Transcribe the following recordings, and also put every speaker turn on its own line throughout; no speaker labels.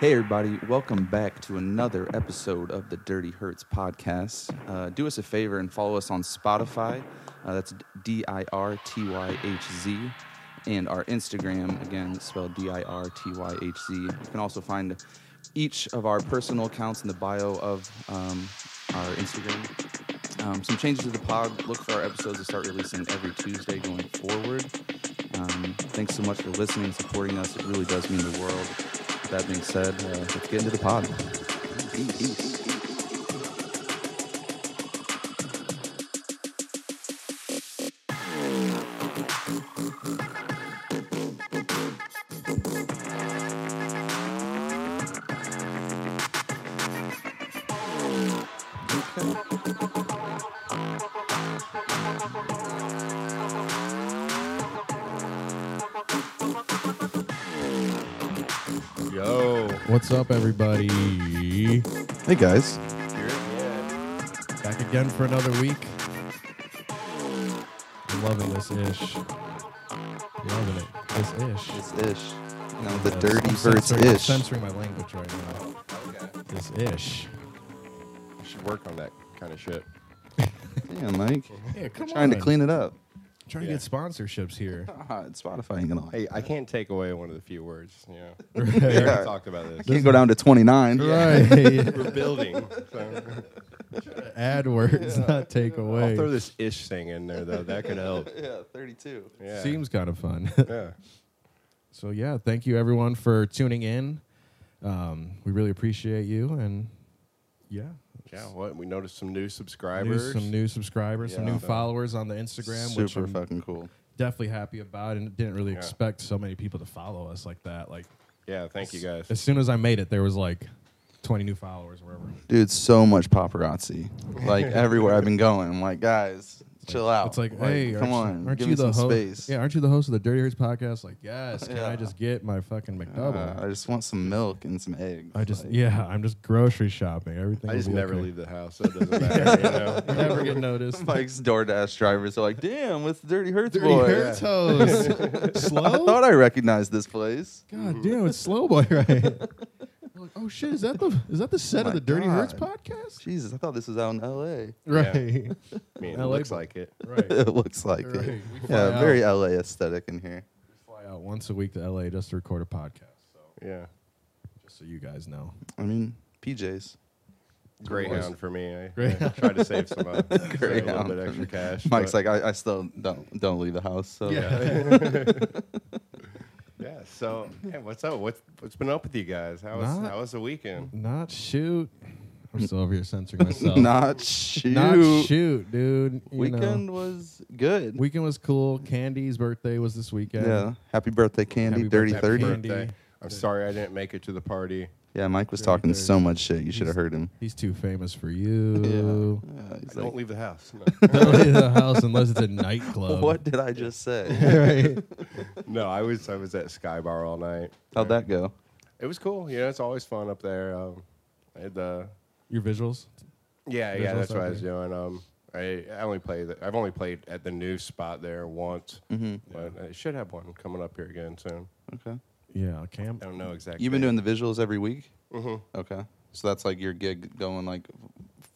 Hey, everybody, welcome back to another episode of the Dirty Hurts podcast. Uh, do us a favor and follow us on Spotify. Uh, that's D I R T Y H Z. And our Instagram, again, spelled D I R T Y H Z. You can also find each of our personal accounts in the bio of um, our Instagram. Um, some changes to the pod. Look for our episodes to start releasing every Tuesday going forward. Um, thanks so much for listening and supporting us. It really does mean the world. With that being said, uh, let's get into the pod.
Yo.
What's up, everybody?
Hey, guys.
Back again for another week. Loving this ish. Loving it. This ish.
It's ish. You know, the
Yes,
dirty
I'm
birds
censoring, I'm
ish.
censoring my language right now.
Okay.
This ish.
You should work on that kind of shit.
Damn, Mike.
Yeah, come
Trying to clean it up.
Trying to
Yeah.
get sponsorships here.
Ah, Spotify ain't gonna like.
Hey, I can't take away one of the few words. You know, we
Right.
already talked about this.
Can't go down to 29.
Right.
We're building. So.
Ad words, not take away.
I'll throw this ish thing in there though. That could help.
Yeah, 32.
Yeah.
Seems kind of fun.
Yeah.
so, yeah, thank you everyone for tuning in. Um, we really appreciate you. And yeah.
Yeah. What we noticed some new
New,
subscribers.
some new subscribers, some
Yeah.
new followers on the Instagram, which
Super
I'm
fucking cool.
definitely happy about and didn't really
Yeah.
expect so many people to follow us like that. Like
Yeah. Thank you guys.
as soon as I made it, there was like 20 new followers or whatever.
Dude, so much paparazzi. Like everywhere I've been going. I'm like, guys, chill out.
It's like, hey,
come
aren't,
on.
you- aren't
give
you
me
the
some
host?
space.
Yeah, aren't you the host of the Dirty Hurts podcast? Like, yes, can
Yeah.
I just get my fucking
Uh,
McDouble?
I just want some milk and some eggs.
I just,
Like,
yeah, I'm just grocery shopping. Everything.
I
will
just
be
never
okay.
leave the house. So it doesn't matter. You know.
Never get noticed.
Mike's DoorDash drivers are like, damn, with Dirty Hurts
Dirty
boy.
Hurts host. Slow.
I thought I recognized this place.
God damn, it's Slow Boy, right? I'm like, oh shit, is that the is that the set
my
of the Dirty Hurts
God.
podcast?
Jesus, I thought this was out in L.A.
Right.
I mean, it
LA
looks
boy.
like it.
Right.
it looks like
Right.
it.
We fly
Yeah,
out.
very L.A. aesthetic in here.
fly out once a week to LA just to record a podcast. So
Yeah.
just so you guys know,
I mean, PJs.
Greyhound for me. I, I
Greyhound.
tried to save some uh, save a little
Greyhound
bit
for
extra
me.
cash.
Mike's
but-
like, I, I still don't don't leave the house. So
Oh, Yeah. So, hey, what's up? What's what's been up with you guys? How was
Not-
how was the weekend?
not shoot. I'm still over here censoring myself.
not shoot.
Not shoot, dude. You
Weekend
know.
was good.
weekend was cool. Candy's birthday was this weekend.
yeah. Happy birthday, Candy.
Happy
Dirty
birthday,
Thirty.
Candy.
Birthday. I'm sorry I didn't make it to the party.
Yeah, Mike was
Dirty
talking
30.
so much shit. You should have heard him.
He's too famous for you.
Yeah. Yeah, he's like,
I don't leave the house.
Don't leave the house unless it's a nightclub.
what did I just say?
Right.
No, I was I was at Sky Bar all night.
How'd that go?
It was cool. You know, it's always fun up there. Um, I had the
Your visuals?
yeah yeah
Visuals
that's what
out
I was doing. Um, I, I only played I've only played at the new spot there once,
Mm-hmm.
but I should have one coming up here again soon.
Okay.
Yeah, camp.
I don't know exactly.
You've been doing the visuals every week.
Mhm.
Okay, so that's like your gig going like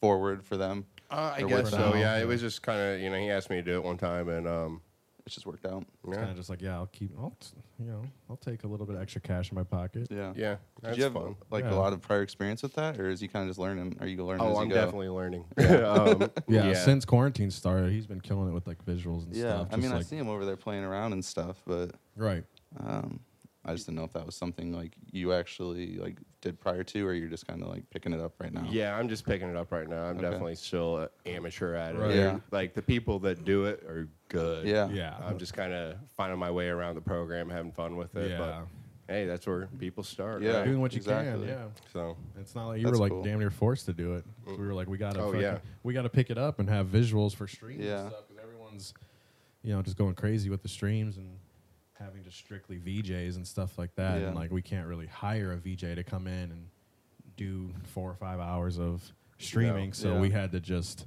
forward for them.
Uh, I
Or
guess
with
so.
now.
Yeah, it was just kind of you know he asked me to do it one time and um
It's just worked out.
It's
yeah
kind of just like, yeah, I'll keep, I'll, t- you know, I'll take a little bit of extra cash in my pocket.
Yeah.
yeah that's
Did you have
fun.
like
Yeah.
a lot of prior experience with that, or is you kind of just learning? Are you learning? as
Oh,
you
I'm
go?
definitely learning. um,
Yeah, since quarantine started, he's been killing it with like visuals and
Yeah,
stuff.
I
just
mean, I
like-
see him over there playing around and stuff, but
Right.
um, I just didn't know if that was something like you actually like did prior to, or you're just kind of like picking it up right now.
Yeah, I'm just picking it up right now. I'm
Okay.
definitely still an amateur at it.
Right.
Yeah.
Like the people that do it are good.
Yeah.
Yeah.
I'm just kind of finding my way around the program, having fun
uh,
with it.
Yeah.
But hey, that's where people start.
Yeah.
right?
doing what you
Exactly.
can. Yeah.
So
It's not like you
That's
were like
cool.
damn near forced to do it. We were like, we gotta,
Oh,
fucking-
yeah.
we gotta pick it up and have visuals for streams
Yeah.
and stuff because everyone's, you know, just going crazy with the streams and having just strictly VJs and stuff like that.
Yeah.
And like, we can't really hire a VJ to come in and do four or five hours of streaming. So
Yeah.
we had to just,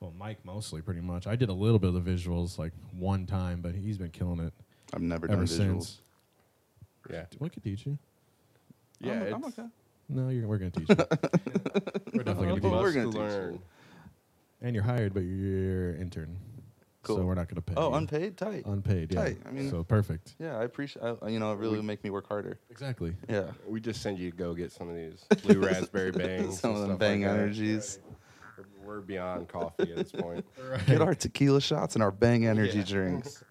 well, Mike mostly pretty much. I did a little bit of the visuals like one time, but he's been killing it
I've never
ever
done visuals.
since.
yeah,
We could teach you.
Yeah,
I'm, I'm
it's-
okay.
No, you're, we're going to teach you. we're definitely going to
Well,
teach
we're
you.
Must
gonna teach you.
learn.
And you're hired, but you're intern. So
Cool.
we're not going to pay.
Oh,
you.
unpaid, tight.
Unpaid, yeah.
Tight. I mean-
so perfect.
yeah, I appreciate. I, you know, it really would make me work harder.
Exactly.
Yeah.
We just send you to go get some of these blue raspberry bangs.
Some
and
of them
stuff
Bang
like that.
Energies.
Right. We're we're beyond coffee at this point.
Get our tequila shots and our Bang energy
Yeah.
drinks.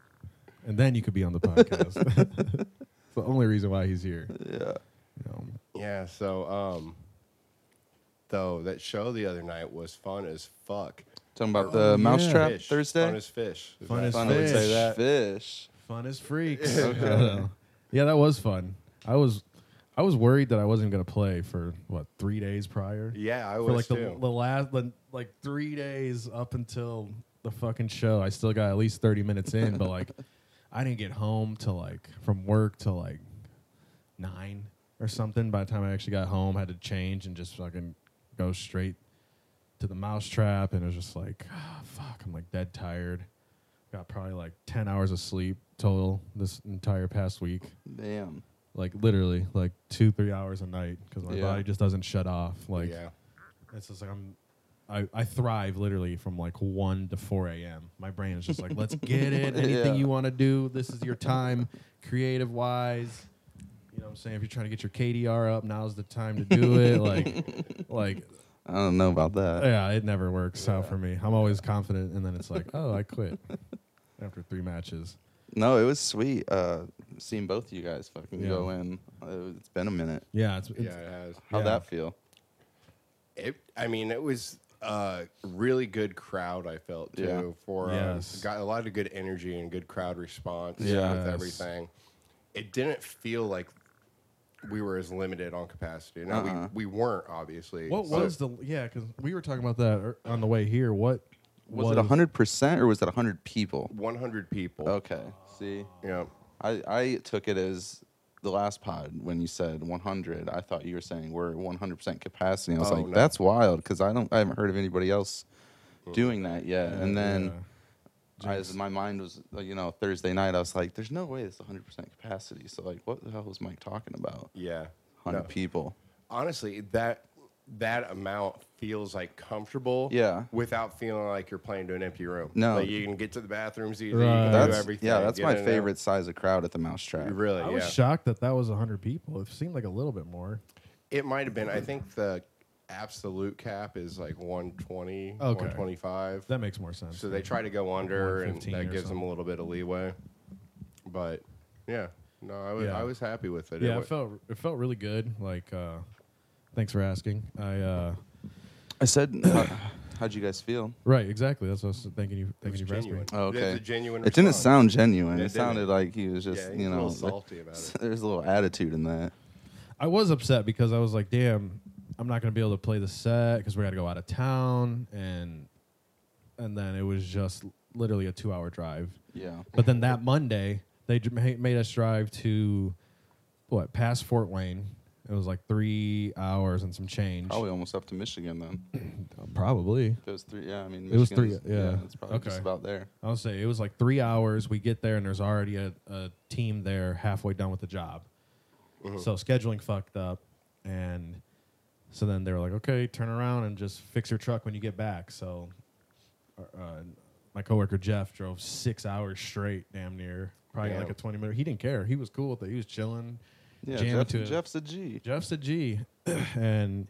And then you could be on the podcast. it's the only reason why he's here.
Yeah.
You know.
Yeah, so um though that show the other night was fun as fuck.
Talking about
Oh,
the
yeah.
mousetrap
Fish.
Thursday.
Fun as fish. Is
Fun
that-
as
Fun, I would
Fish.
say that. Fish.
Fun as freaks. yeah, that was fun. I was I was worried that I wasn't going to play for what, 3 days prior?
Yeah, I
for like
was
the,
too.
the last the, like 3 days up until the fucking show. I still got at least 30 minutes in, but like I didn't get home till like from work till like 9 or something by the time I actually got home, had to change and just fucking go straight to the mousetrap and it was just like ah, fuck i'm like dead tired got probably like 10 hours of sleep total this entire past week
Damn.
like literally like two three hours a night because my
Yeah.
body just doesn't shut off like
yeah.
it's just like i'm I, I thrive literally from like 1 to 4 a.m. My brain is just like, let's get it. Anything
Yeah.
you want to do, this is your time, creative wise. You know what I'm saying? If you're trying to get your KDR up, now's the time to do it. like, like
I don't know about that.
yeah, it never works out for me. I'm always confident, and then it's like, oh, I quit after three matches.
No, it was sweet. Uh, seeing both of you guys fucking
Yeah.
go in. Uh, It's been a minute.
Yeah, it's, it's
Yeah, it has.
How'd
Yeah.
that feel?
It, I mean, it was a really good crowd. I felt too
Yeah.
for um,
Yes.
got a lot of good energy and good crowd response
Yes.
with everything. It didn't feel like we were as limited on capacity. Now
Uh-uh.
we, we weren't obviously.
what
but
was the yeah? Because we were talking about that er- on the way here. What
Was, it hundred percent or was it hundred people?
100 people?
Okay. See,
Yeah.
I I took it as the last pod when you said 100. I thought you were saying we're 100 percent capacity. I was
Oh,
like,
no.
that's wild because I don't I haven't heard of anybody else doing that yet. and then. I, as my mind was, uh, you know, Thursday night, I was like, there's no way it's 100% capacity. So, like, what the hell was Mike talking about?
Yeah.
100
No.
people.
honestly that that amount feels like comfortable
Yeah.
without feeling like you're playing to an empty room
No.
like you can get to the bathrooms easy you
Right.
can
That's,
do everything
yeah, that's
get
my
in and out.
favorite size of crowd at the Mousetrap.
really
I
yeah
was shocked that that was hundred people. It seemed like a little bit more.
it might have been i think the absolute cap is like 120
Okay.
125
That makes more sense.
so they try to go under and
115
that
or
gives them
something.
a little bit of leeway but yeah no i was,
Yeah.
I was happy with it It
Yeah,
wa-
it felt it felt really good. Like, uh, thanks for asking. I uh,
I said, uh, how'd you guys feel?
right exactly. That's what I was thanking you.
it was
Thanking you for asking.
genuine.
Oh,
It was
okay.
a genuine
It didn't
response.
sound genuine.
It
It,
didn't.
sounded like he was just,
yeah,
you know,
a little salty about it
there's a little attitude in that.
I was upset because I was like, damn, I'm not going to be able to play the set because we got to go out of town. And and then it was just literally a two hour drive.
Yeah.
But then that Monday, they dr- ma- made us drive to what, past Fort Wayne. It was like three hours and some change.
Probably almost up to Michigan then.
Probably.
It was three. Yeah, I mean,
It was
Michigan's-
three, yeah.
it's probably just
Okay.
about there.
I would say it was like three hours. We get there and there's already a, a team there halfway done with the job.
Mm-hmm.
So scheduling fucked up, and so then they were like, "Okay, turn around and just fix your truck when you get back." So, uh, uh, my coworker Jeff drove six hours straight, damn near, probably
Damn.
like a twenty minute. He didn't care. He was cool with it. He was chilling.
Yeah,
jamming
Jeff,
to it.
Jeff's a G.
Jeff's a G, and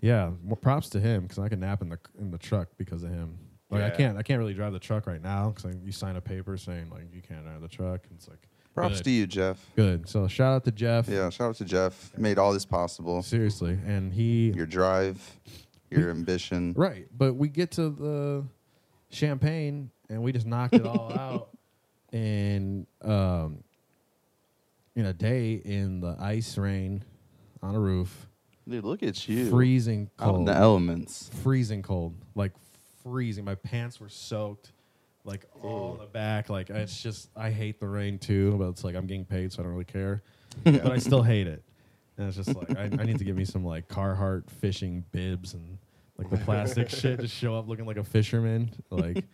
yeah, more props to him because I can nap in the in the truck because of him. Like I
Yeah.
can't I can't really drive the truck right now because you sign a paper saying like you can't drive the truck. And it's like
Props
good.
to you, Jeff.
Good. So shout out to Jeff.
Yeah, shout out to Jeff. Made all this possible.
Seriously, and he
Your drive, your ambition.
right, but we get to the champagne and we just knocked it all out in um in a day in the ice rain on a roof,
Dude, look at you.
freezing
out in
cold.
the elements.
freezing cold, like freezing. My pants were soaked, like all the back. Like it's just, I hate the rain too, but it's like I'm getting paid, so I don't really care. But I still hate it, and it's just like I, I need to get me some like Carhartt fishing bibs and like the plastic shit. Just show up looking like a fisherman. Like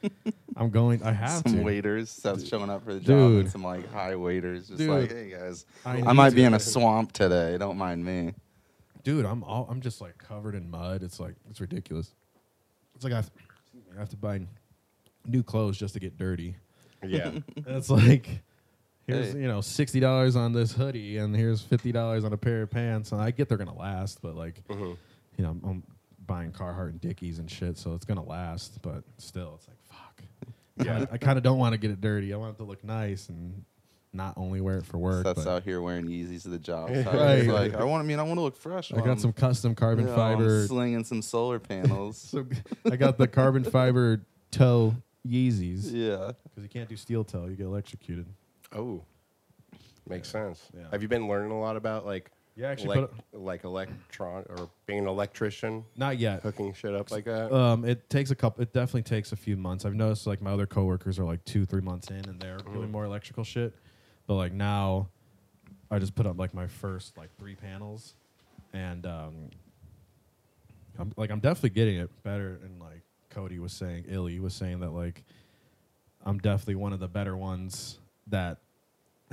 I'm going. I have
some
to.
waiters that's showing up for the job, and
Dude.
some like high waiters, just
Dude.
like, hey guys,
I
I,
need
might
to.
be in a swamp today. Don't mind me.
dude. I'm all, I'm just like covered in mud. It's like it's ridiculous. It's like I have, excuse me, I have to buy new clothes just to get dirty.
Yeah.
It's like here's
Mm-hmm. Hey.
you know sixty dollars on this hoodie, and here's fifty dollars on a pair of pants. And I get they're gonna last, but like
mm-hmm.
you know I'm, I'm buying Carhartt and Dickies and shit, so it's gonna last. But still, it's like fuck.
Yeah.
I kind of don't want to get it dirty. I want it to look nice and not only wear it for work.
That's
but
out here wearing Yeezys to the job.
Yeah.
site. It's
Right.
like, I want. I mean, I want to look fresh.
I
while
got some custom
I'm-
carbon
yeah, I'm
fiber.
slinging some solar panels.
So I got the carbon fiber toe Yeezys
yeah.
because you can't do steel toe; you get electrocuted.
oh, makes sense.
Yeah.
Have you been learning a lot about like
Yeah, actually
elec-
put
like electron or being an electrician,
Not yet.
hooking shit up like that?
Um, it takes a couple. It definitely takes a few months. I've noticed like my other coworkers are like two, three months in, and they're doing more electrical shit. But like now, I just put up like my first like three panels, and um, I'm like I'm definitely getting it better. And like Cody was saying, Illy was saying that like I'm definitely one of the better ones that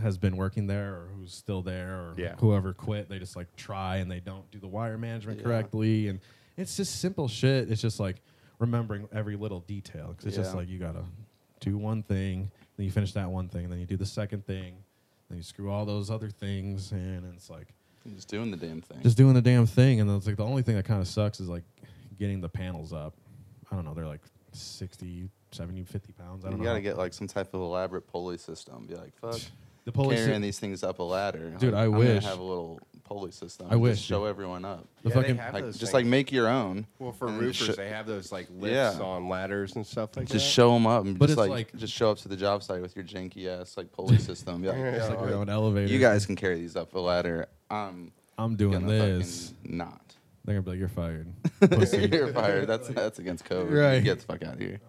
has been working there or who's still there or
Yeah.
whoever quit. They just like try and they don't do the wire management
Yeah.
correctly. And it's just simple shit. It's just like remembering every little detail because it's just
Yeah.
like you got to do one thing, then you finish that one thing, then you do the second thing, then you screw all those other things. And it's like,
I'm just doing the damn thing.
just doing the damn thing. And that's like the only thing that kind of sucks is like getting the panels up. I don't know. They're like 60, 70, 50 pounds. I
you
don't know.
gotta get like some type of elaborate pulley system. Be like, fuck,
the pulley
carrying
sit-
these things up a ladder.
Dude,
Like,
I
I'm
wish.
gonna have a little pulley system.
I
and
wish,
Just show
dude.
everyone up.
Yeah,
the
they
fucking-
have
Like,
those
just
things.
like make your own.
well for
and
roofers,
sho-
they have those like lifts
Yeah.
on ladders and stuff like that.
Just show them up and
But
just like,
it's like-
just show up to the job site with your janky ass like pulley system. Be like,
Yeah,
It's like
"Yo,
your
like,
own elevator.
you guys can carry these up a ladder. I'm
I'm doing
gonna
this.
fucking not.
They're gonna be like, "You're fired." Pussy.
You're fired. That's that's against code.
Right.
Get the fuck out of here.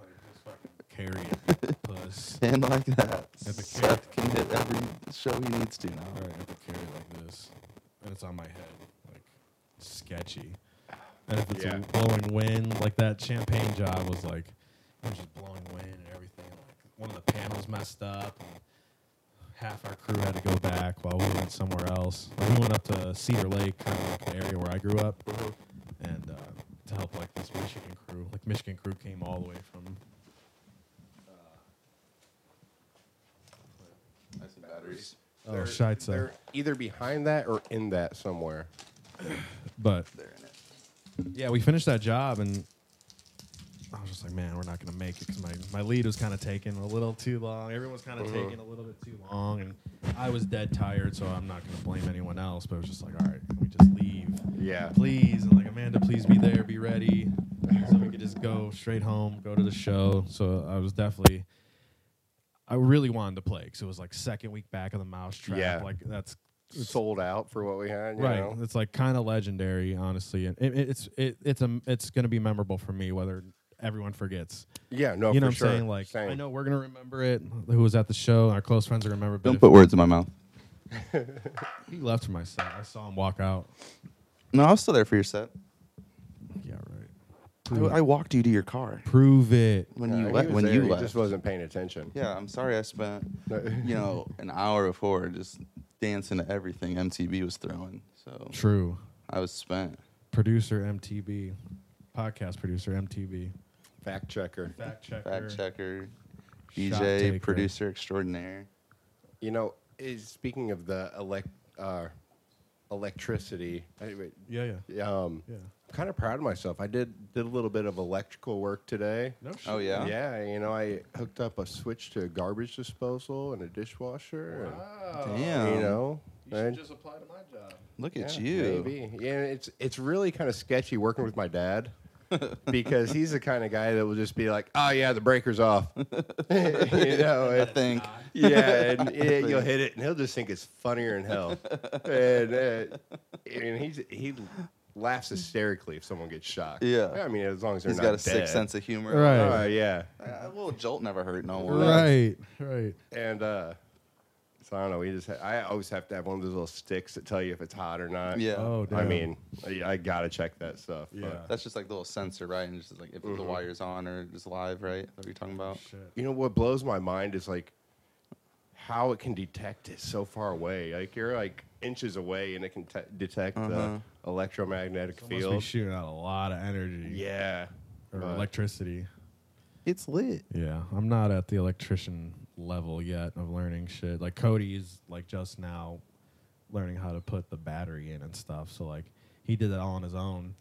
Carry it, puss.
And like that,
At the
Seth can hit every show he needs to now.
All right, I have to carry it like this, and it's on my head, like sketchy. And if it's
Yeah.
a blowing wind, like that champagne job was like, it was just blowing wind and everything. Like one of the panels messed up. And half our crew had to go back while we went somewhere else. Like, we went up to Cedar Lake, kind of like an area where I grew up,
Mm-hmm.
and uh, to help like this Michigan crew. Like Michigan crew came all the way from
batteries.
oh,
They're-
Shiza.
They're either behind that or in that somewhere.
But
They're in it.
yeah, we finished that job, and I was just like, man, we're not gonna make it because my, my lead was kind of taking a little too long. Everyone's kind of taking a little bit too long, and I was dead tired, so I'm not gonna blame anyone else. But it was just like, all right, can we just leave?
Yeah.
Please, and like Amanda, please be there, be ready, so we could just go straight home, go to the show. So I was definitely. I really wanted to play because it was like second week back of the mousetrap.
Yeah.
Like that's
Sold out for what we had. You
right
Know?
it's like kind of legendary honestly and it, it- it's it, it's a it's going to be memorable for me whether everyone forgets
Yeah. No.
you
Oh, for
know what i'm
sure.
saying like
Same.
i know we're going to remember it who was at the show our close friends are going to remember
Don't
but
put words in my mouth.
if he left for my set i saw him walk out
No, I was still there for your set.
yeah right
I, I walked you to your car
prove it
when
Yeah,
you
he
left.
was
When
there,
you
he
left.
just wasn't paying attention.
Yeah, I'm sorry I spent, you know, an hour before just dancing to everything MTV was throwing. So
true
I was spent.
producer mtb podcast producer mtb
Fact checker.
fact checker
Fact checker,
Shot taker.
DJ, producer extraordinaire.
You know, is, speaking of the elect uh, electricity, I,
yeah yeah
um,
yeah
I'm kind of proud of myself. I did did a little bit of electrical work today.
no shit.
Oh yeah.
Yeah, you know, I hooked up a switch to a garbage disposal and a dishwasher.
Damn.
And, you know, and-
Oh, just apply to my job
Look at
yeah,
you.
Maybe. Yeah, it's it's really kind of sketchy working with my dad because he's the kind of guy that will just be like, "Oh yeah, the breaker's off," you know.
I
and-
think.
yeah, and yeah, you'll
think.
hit it, and he'll just think it's funnier than hell. and uh, and he's he laughs hysterically if someone gets shocked.
Yeah.
I mean, as long as they're
He's
not
got a
dead.
sick sense of humor.
Right.
Uh, yeah,
A little jolt never hurt no one.
right right
and uh, So I don't know. We just ha- I always have to have one of those little sticks that tell you if it's hot or not.
Yeah.
Oh, damn.
I mean, I, I gotta check that stuff. but-
Yeah.
That's just like the little sensor, right? And just like if the wire's on or it's live, right? What are you talking about?
Mm-hmm. shit.
you know what blows my mind is like how it can detect it so far away. Like you're like inches away and it can te- detect
Uh-huh.
the electromagnetic
Must be
field.
shooting out a lot of energy.
yeah.
Or
But
electricity.
It's lit.
Yeah, I'm not at the electrician level yet of learning shit. Like Cody's like just now learning how to put the battery in and stuff. So like he did that all on his own,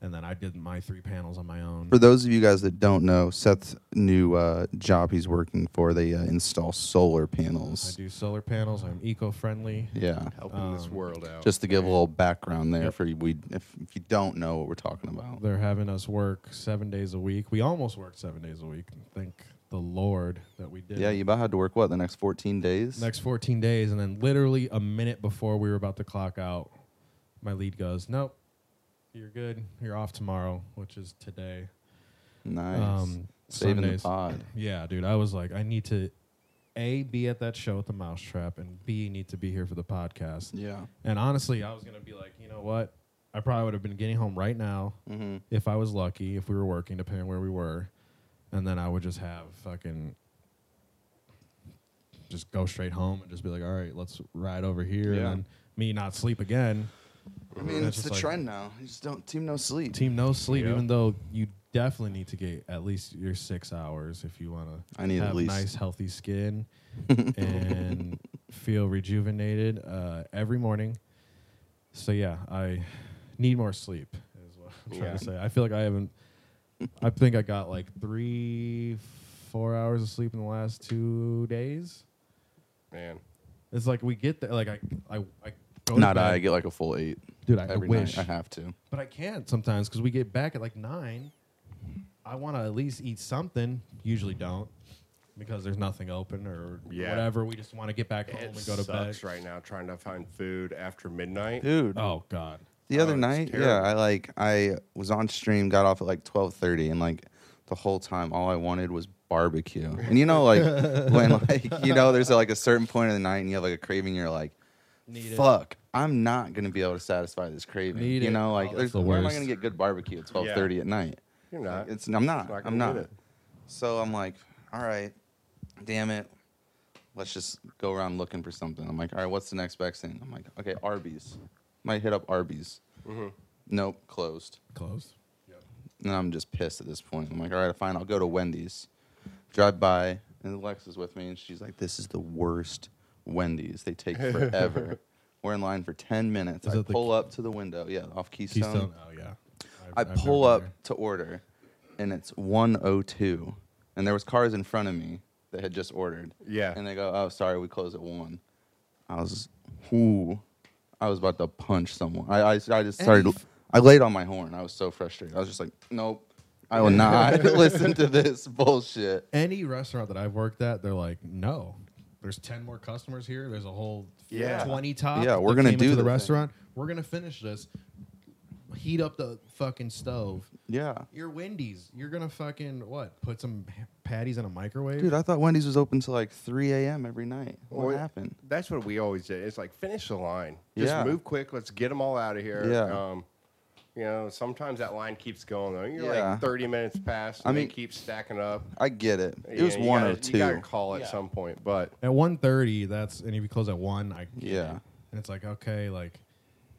and then I did my three panels on my own.
For those of you guys that don't know, Seth's new uh, job he's working for, they uh, install solar
I
panels.
do solar panels. I'm eco-friendly.
Yeah.
helping this
Um,
world out.
Just to give a little background there
Yep.
for you, we if, if you don't know what we're talking about.
They're having us work seven days a week. We almost worked seven days a week. Thank the Lord that we did.
Yeah, you about had to work what the next 14 days?
next 14 days and then literally a minute before we were about to clock out my lead goes nope you're good you're off tomorrow which is today
nice.
um,
Saving
Sundays.
the pod.
yeah dude i was like i need to a be at that show at the mousetrap and b need to be here for the podcast
Yeah.
and honestly i was gonna be like you know what i probably would have been getting home right now
Mm-hmm.
if i was lucky if we were working depending where we were and then i would just have fucking just go straight home and just be like, all right, let's ride over here.
Yeah.
And then me not sleep again.
I mean, it's
That's just
a
like-
trend now. You just don't team no sleep.
Team no sleep,
Yeah.
even though you definitely need to get at least your six hours if you want to
I need
have
at least.
nice, healthy skin and feel rejuvenated uh, every morning. So, yeah, I need more sleep, is what I'm trying
Yeah.
to say. I feel like I haven't, I think I got like three, four hours of sleep in the last two days.
man.
It's like we get there, like I, I, I go to
Not
bed.
I. I get like a full eight
Dude, I, I
every
wish.
night. I have to.
But I can't sometimes because we get back at like nine. I want to at least eat something. Usually don't because there's nothing open or
Yeah.
whatever. We just want to get back home
It
and go to
sucks
bed.
right now trying to find food after midnight.
Dude.
Oh God.
the
Oh,
other
it's
night yeah
terrible.
i like i was on stream got off at like 12.30 and like the whole time all i wanted was barbecue and you know like when like you know there's like a certain point of the night and you have like a craving you're like
Need it.
fuck i'm not gonna be able to satisfy this craving
Need
you
it.
know
Oh,
like
that's
there's,
the
where am i
worst.
gonna get good barbecue at 12.30 at night
You're not.
it's i'm not
Not gonna
i'm not
get it.
so i'm like all right damn it let's just go around looking for something i'm like all right what's the next best thing i'm like okay arby's might hit up arby's Nope, closed.
Closed.
And I'm just pissed at this point. I'm like, all right, fine, I'll go to Wendy's. Drive by, and Alexa's with me, and she's like, this is the worst Wendy's. They take forever. We're in line for 10 minutes.
Is
I
that the
pull up to the window. Yeah, off Keystone.
Keystone. Oh yeah.
I
I've- I've
pull
never
up
been there.
to order, and it's 102. And there was cars in front of me that had just ordered.
Yeah.
And they go, oh, sorry, we close at 1. I was, whoo. I was about to punch someone. I, I, I just started, I laid on my horn. I was so frustrated. I was just like, nope, I will not listen to this bullshit.
Any restaurant that I've worked at, they're like, no. There's ten more customers here. There's a whole
Yeah.
twenty top.
Yeah, we're
that
gonna
came
do
into
the
the
thing.
restaurant. We're gonna finish this. Heat up the fucking stove.
Yeah.
You're Wendy's. You're gonna fucking what? Put some h- patties in a microwave?
Dude, I thought Wendy's was open till like 3 a.m. every night. What
Well,
happened?
That's what we always did. It's like finish the line. Just
Yeah.
move quick. Let's get them all out of here.
Yeah.
Um, you know, sometimes that line keeps going though. You're
Yeah.
like 30 minutes past.
I
And I
mean-
they keep stacking up.
I get it. It
Yeah,
was
you gotta- You got to
102.
call at
Yeah.
some point, but
at 1.30, that's and if you close at one, I get
Yeah.
it. And it's like okay, like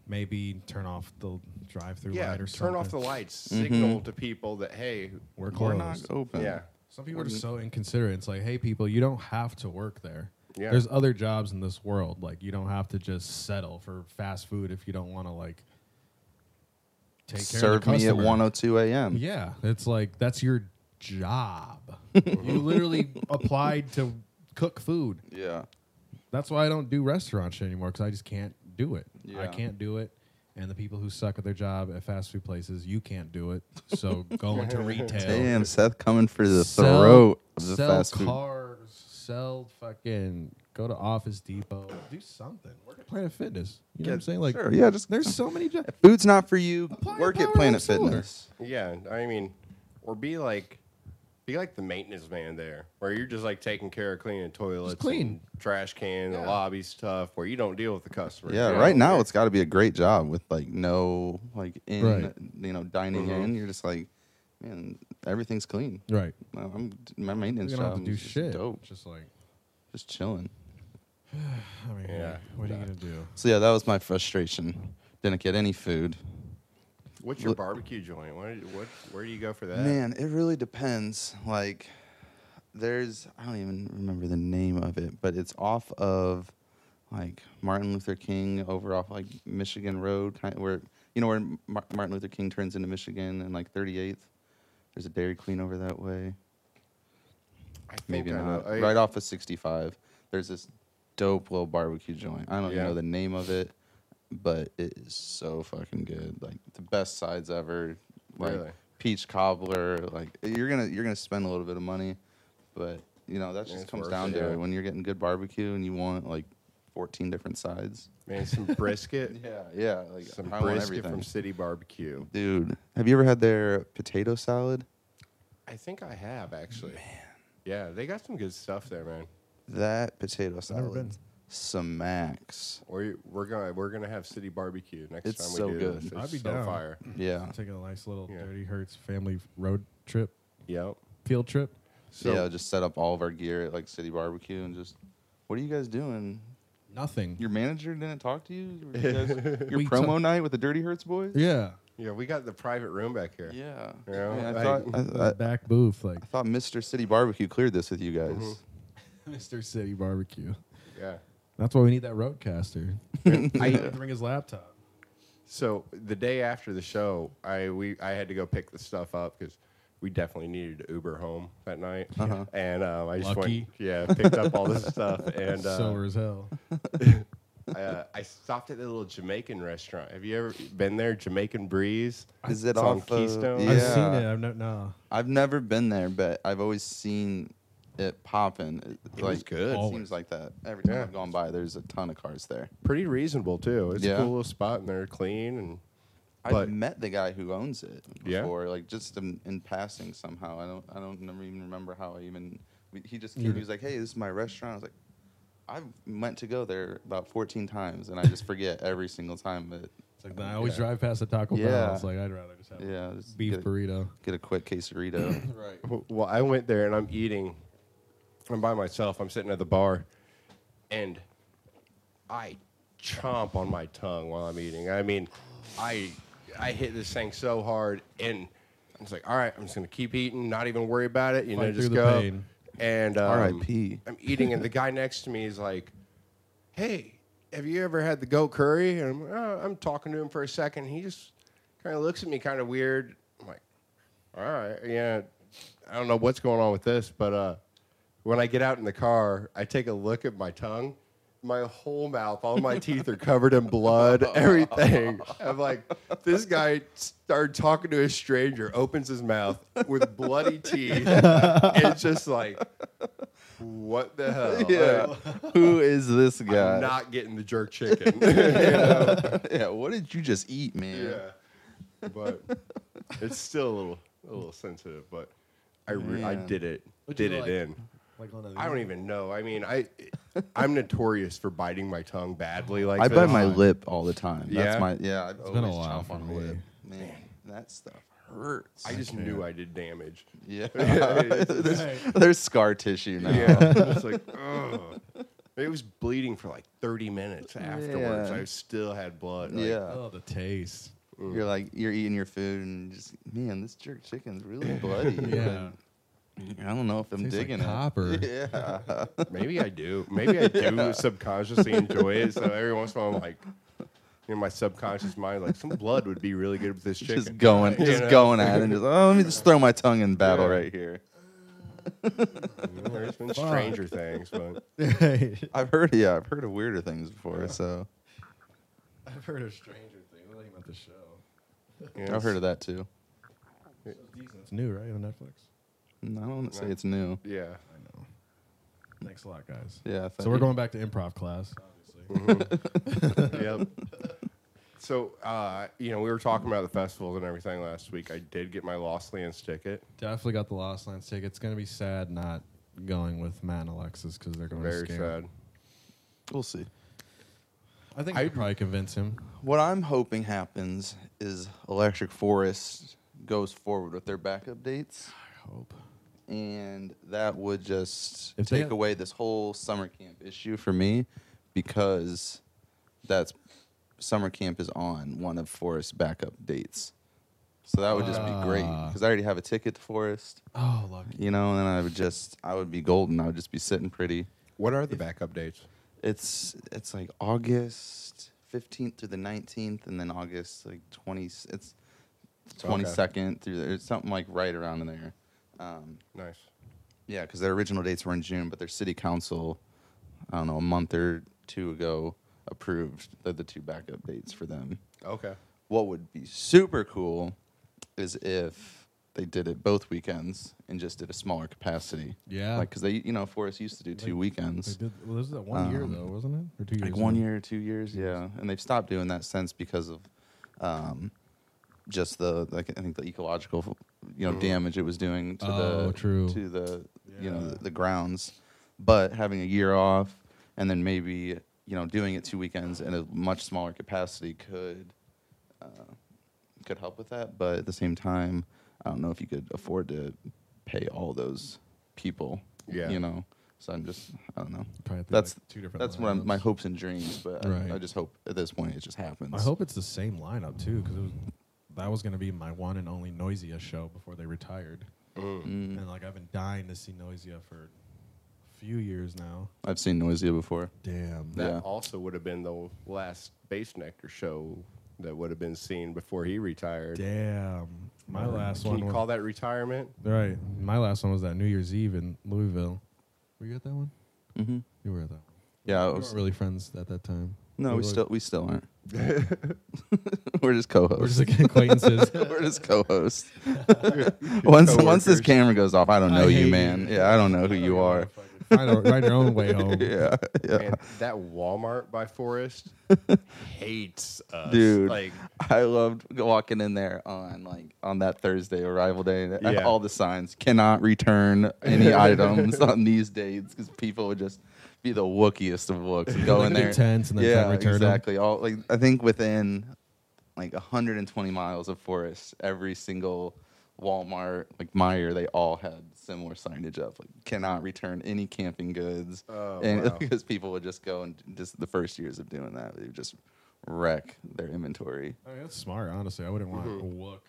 maybe turn off the drive-through
yeah,
light or
turn
something.
off the lights.
Mm-hmm.
Signal to people that hey,
We're closed.
We're not open.
yeah,
Some people are just so inconsiderate. It's like, hey, people, you don't have to work there.
Yeah.
There's other jobs in this world. Like you don't have to just settle for fast food if you don't want to like take care
Serve
of the
me at
customer.
102 a.m.
Yeah, it's like that's your job. you literally applied to cook food.
Yeah.
That's why I don't do restaurant shit anymore because I just can't do it.
Yeah.
I can't do it. And the people who suck at their job at fast food places, you can't do it. So go into retail.
Damn, Seth coming for the
Sell-
throat of the
sell
fast food.
cars, sell fucking, go to Office Depot, do something. Work at Planet Fitness. You know what I'm saying? Like,
sure, yeah, just-
there's so many jobs.
Food's not for you.
Apply
Work
your
at
power
Planet
to solar.
Fitness.
yeah. I mean, or be like, Be like the maintenance man there, where you're just like taking care of cleaning toilets,
clean.
and trash can, the lobby stuff, where you don't deal with the customer.
Yeah, right now it's got to be a great job with like no like in
Right.
you know dining
Mhm.
in. You're just like, man, everything's clean.
Right.
Well, I'm my
You
maintenance
don't
job
have to do
is just
shit.
dope,
Just like,
just chilling.
I mean,
Yeah.
what are you gonna do?
So yeah, that was my frustration. Didn't get any food.
What's your barbecue joint? What, what, where do you go for that?
Man, it really depends. Like, there's I don't even remember the name of it, but it's off of like Martin Luther King over off like Michigan Road, kind where you know where Mar- Martin Luther King turns into Michigan and like 38th. There's a Dairy Queen over that way.
I think
Maybe
I know-
not.
I-
right off of 65, there's this dope little barbecue joint. I don't even
Yeah.
know the name of it, but it is so fucking good. Like the best sides ever. Like
Really?
peach cobbler. Like you're gonna you're gonna spend a little bit of money, but you know that
Yeah,
just
it's
comes
worth
down
it,
to
yeah.
it. When you're getting good barbecue and you want like 14 different sides.
man, some brisket.
Yeah, yeah. Like
Some
I want
brisket
everything.
from City Barbecue.
Dude, have you ever had their potato salad?
I think I have actually. Yeah, they got some good stuff there, man.
That potato
never been.
salad smacks.
Or we're gonna we're gonna have City Barbecue next
It's
time we
so
do
good.
this. It's
I'd be
so
down.
fire.
Yeah.
Taking a nice little
Yeah.
Dirty Hurts family road trip,
Yep.
field trip.
So
yeah, just set up all of our gear at like City Barbecue and just, what are you guys doing?
Nothing.
Your manager didn't talk to you. Were you guys- your
We
promo
talk-
night with the Dirty Hurts boys.
yeah.
yeah, we got the private room back here.
Yeah.
Yeah,
I, mean, I
like-
thought I, I-
back booth, like
I thought Mr. City Barbecue cleared this with you guys.
Mm-hmm.
Mr. City Barbecue.
Yeah.
That's why we need that roadcaster. I bring his laptop.
So the day after the show, I we I had to go pick the stuff up because we definitely needed to Uber home that night,
Uh-huh.
and um, I just went
Lucky.
yeah picked up all this stuff and uh,
Sober as hell.
I, uh, I stopped at the little Jamaican restaurant. Have you ever been there? Jamaican Breeze.
Is it
It's on
off of-
Keystone?
yeah.
I've seen it. I've no, no.
I've never been there, but I've always seen it popping. It,
It
like,
was good.
It
Always.
seems like that every time
Yeah.
I've gone by. There's a ton of cars there.
Pretty reasonable too. It's
Yeah.
a cool little spot and they're clean and
I
But-
met the guy who owns it
Yeah?
before, like just in, in passing somehow. I don't, I don't remember- even remember how I even. we- He just came.
You're-
He was like, "Hey, this is my restaurant." I was like, "I've meant to go there about 14 times, and I just forget every single time." But
It's like I always
Yeah.
drive past the Taco Bell.
Yeah.
It's like I'd rather just have
yeah, just
beef
get, a-
burrito.
get a quick quesarito.
Right.
W- Well, I went there and I'm eating. I'm by myself. I'm sitting at the bar, and I chomp on my tongue while I'm eating. I mean, I I hit this thing so hard, and I was like, all right, I'm just gonna keep eating, not even worry about it. You know,
Fight
just
through the
go.
pain.
And um,
R.I.P..
I'm eating, and the guy next to me is like, hey, have you ever had the goat curry? And I'm, oh, I'm talking to him for a second. He just kind of looks at me kind of weird. I'm like, all right, yeah, I don't know what's going on with this, but uh, when I get out in the car, I take a look at my tongue. My whole mouth, all my teeth are covered in blood, everything. I'm like, this guy started talking to a stranger, opens his mouth with bloody teeth. it's just like, what the hell?
yeah, who is this guy?
I'm not getting the jerk chicken.
yeah, what did you just eat, man?
yeah. But it's still a little a little sensitive, but I re- I
Man.
did it.
What'd you
did it
like?
in.
Like one of
I don't even know. I mean, I I'm notorious for biting my tongue badly like
I
this.
bite my lip all the time. That's
Yeah?
my yeah. I've
been a
always
while
chomp
for
on a
me.
lip. Man, that stuff hurts.
I just knew I did damage.
yeah.
It's-
There's scar tissue now.
yeah. It's like ugh. It was bleeding for like 30 minutes afterwards.
Yeah.
I still had blood. like,
Yeah.
Oh, the taste.
You're like you're eating your food and just man, this jerk chicken's really bloody.
Yeah.
Like, I don't know if I'm
Tastes like
digging
copper.
it. Yeah.
Maybe I do. Maybe I do subconsciously enjoy it. So every once in a while, I'm like, in my subconscious mind, like some blood would be really good with this chicken.
Just going
You
just
know?
going at it and just oh let me just throw my tongue in battle
Yeah.
right here.
There's been stranger things, but
I've
I've heard yeah, I've heard of weirder things before, so
heard of Stranger Things. We're talking about the show.
you know,
I've heard of that too.
It's new, right, on Netflix.
No, I don't want to say it's new.
Yeah.
I know. Thanks a lot, guys.
Yeah, Mm-hmm. I
So we're going back to improv class, obviously.
yep. So, uh, you know, we were talking about the festivals and everything last week. I did get my Lost Lands ticket.
Definitely got the Lost Lands ticket. It's gonna be sad not going with Matt and Alexis because they're going
Very
to
sad.
We'll see.
I think I could probably convince him.
What I'm hoping happens is Electric Forest goes forward with their backup dates,
I hope.
and that would just
If they
take
have-
away this whole summer camp issue for me because that's summer camp is on one of Forest's backup dates. So that would just be great
Ah.
because I already have a ticket to Forest,
Oh, lucky.
you know, and I would just I would be golden. I would just be sitting pretty.
What are the backup dates?
It's it's like August fifteenth through the nineteenth, and then August like twenty. It's twenty second through there. It's something like right around in there. Um,
Nice.
yeah, because their original dates were in June, but their city council, I don't know, a month or two ago approved the, the two backup dates for them.
Okay.
What would be super cool is if they did it both weekends and just did a smaller capacity.
Yeah.
like because they, you know, Forest used to do two
Like,
weekends.
They did, well, this is that one year
Um,
though, wasn't it? Or two years?
like one
ago?
year or two years yeah and they've stopped doing that since because of um, just the like i think the ecological you know damage it was doing to
Oh,
the
true.
to the you know
Yeah.
the, the grounds but having a year off and then maybe you know doing it two weekends in a much smaller capacity could uh, could help with that but at the same time i don't know if you could afford to pay all those people
Yeah.
you know so i'm just i don't know
Probably have to do,
that's
like, two different.
that's what I'm, my
lineups.
hopes and dreams, but I-
Right.
I, just hope at this point it just happens.
I hope it's the same lineup too, because that was going to be my one and only Noisia show before they retired,
Mm.
and like I've been dying to see Noisia for a few years now.
I've seen Noisia before.
Damn.
That
Yeah.
also would have been the last Bass Nectar show that would have been seen before he retired.
Damn. My last
Can
one.
you
was-
call that retirement?
Right. My last one was that New Year's Eve in Louisville. Were you at that one?
Mm-hmm.
You were at that one.
Yeah, I
We
was,
weren't really friends at that time.
no, we
were-
still we still aren't. We're just co-hosts.
We're just like acquaintances.
We're just co-hosts. once once this
Coworkers.
camera goes off, I don't
I
know you,
hate
man.
you.
Yeah, I don't know who you are.
Find a, ride your own way home.
Yeah, yeah.
Man, that Walmart by Forest hates us.
Dude.
Like,
I loved walking in there on like on that Thursday arrival day. and
Yeah.
All the signs cannot return any items on these dates because people would just be the wookiest of wooks and go
Like
in
the
there
tents and then
yeah,
can't return 'em.
exactly. All like I think within like 120 miles of Forest, every single Walmart, like Meyer, they all had similar signage up like cannot return any camping goods,
Oh,
and
wow.
because people would just go and just the first years of doing that, they would just wreck their inventory.
I mean, that's smart, honestly. I wouldn't want a
Mm-hmm.
look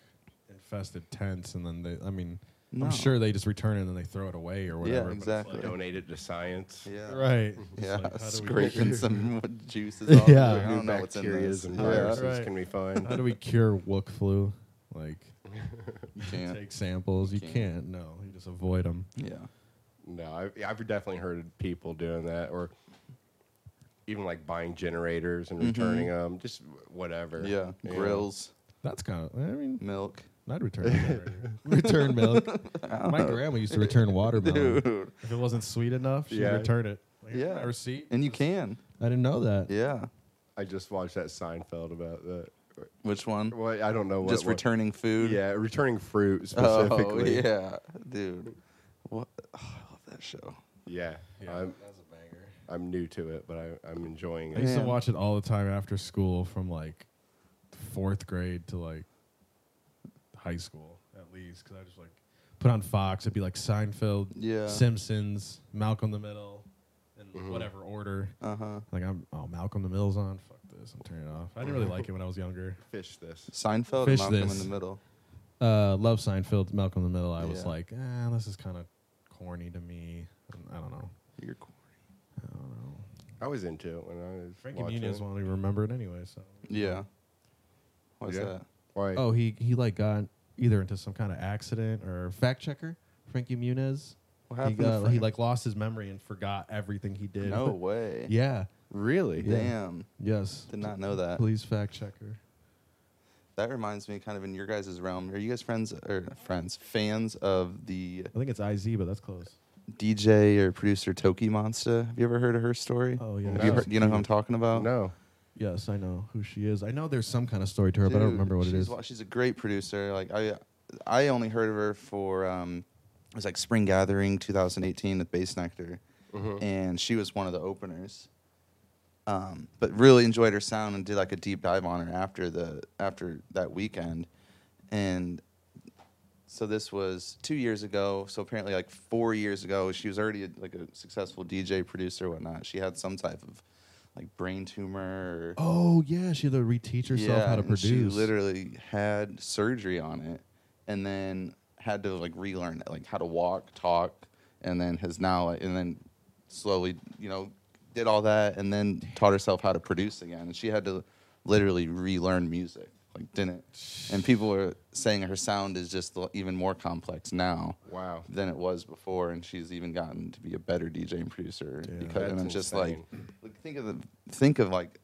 infested tents and then they, I mean,
No.
I'm sure they just return it and then they throw it away or whatever. but it's like-
exactly.
donate it to science.
Yeah.
Right. It's
Yeah,
like, how do we-
scraping some wood juices off.
Yeah.
I don't know what's in
Bacterias
this.
and
Yeah. Uh-huh.
viruses
Right.
can we
How
find?
do we cure wook flu? Like,
You can't.
take samples. You
Can't.
can't. No, you just avoid them.
Yeah.
No, I've, I've definitely heard of people doing that, or even like buying generators and returning them, just whatever.
Mm-hmm. Yeah.
You know?
Grills,
That's kind of. I mean,
milk.
I'd return milk. return milk. My grandma used to return watermelon.
Dude.
If it wasn't sweet enough, she'd
Yeah.
return it. Like,
Yeah.
my receipt.
And you can.
I didn't know that.
Yeah.
I just watched that Seinfeld about that.
Which one?
Well, I don't know what.
Just
what-
returning food.
Yeah, returning fruit
Oh
specifically.
yeah, dude. What? oh, I love that show.
Yeah, I'm,
was a banger.
I'm new to it, but I, I'm enjoying
I used
it.
to
Man.
watch it all the time after school, from like fourth grade to like high school at least, because I just like put on Fox. It'd be like Seinfeld,
Yeah.
Simpsons, Malcolm in the Middle, in
Mhm.
whatever order.
Uh huh.
Like I'm oh Malcolm the Middle's on. Fuck this. I'm turning it off. I didn't
Mm-hmm.
really like it when I was younger.
Fish this.
Seinfeld.
Fish
Malcolm
this.
in the Middle.
Uh, Love Seinfeld, Malcolm in the Middle. I was
Yeah.
like, ah, this is kind of corny to me. And I don't know.
You're corny.
I don't know.
I was into it when I was
Frankie
watching.
Muniz
it.
wanted to remember it anyway. So
Yeah. What's
Yeah.
that?
Why?
oh he he like got either into some kind of accident or fact checker. Frankie Muniz.
What
he
happened? to
got, he
Frank?
like lost his memory and forgot everything he did.
No way.
Yeah.
really?
Yeah.
Damn.
Yes.
Did not know that.
Please fact checker.
That reminds me, kind of in your guys' realm. Are you guys friends or friends fans of the
I think it's IZ, but that's close.
DJ or producer Toki Monsta? Have you ever heard of her story?
Oh yeah.
Have you
No.
heard, do you know who I'm talking about?
No.
Yes, I know who she is. I know there's some kind of story to her, but I don't
Dude,
remember what it
she's,
is.
wa- She's a great producer. Like I, I only heard of her for um, it was like Spring Gathering 2018 with Bass Nectar, and she was one of the openers. Um, but really enjoyed her sound and did like a deep dive on her after the after that weekend, and so this was two years ago. So apparently, like four years ago, she was already like a successful DJ producer, whatnot. She had some type of like brain tumor. Or,
Oh yeah, she had to reteach herself how to
and
produce.
She literally had surgery on it, and then had to like relearn like how to walk, talk, and then has now and then slowly you know did all that, and then taught herself how to produce again. And she had to literally relearn music, like didn't. And people were saying her sound is just l- even more complex now.
Wow.
Than it was before, and she's even gotten to be a better DJ and producer
Yeah.
because and
That's
it's just like,
insane.
like think of the think of like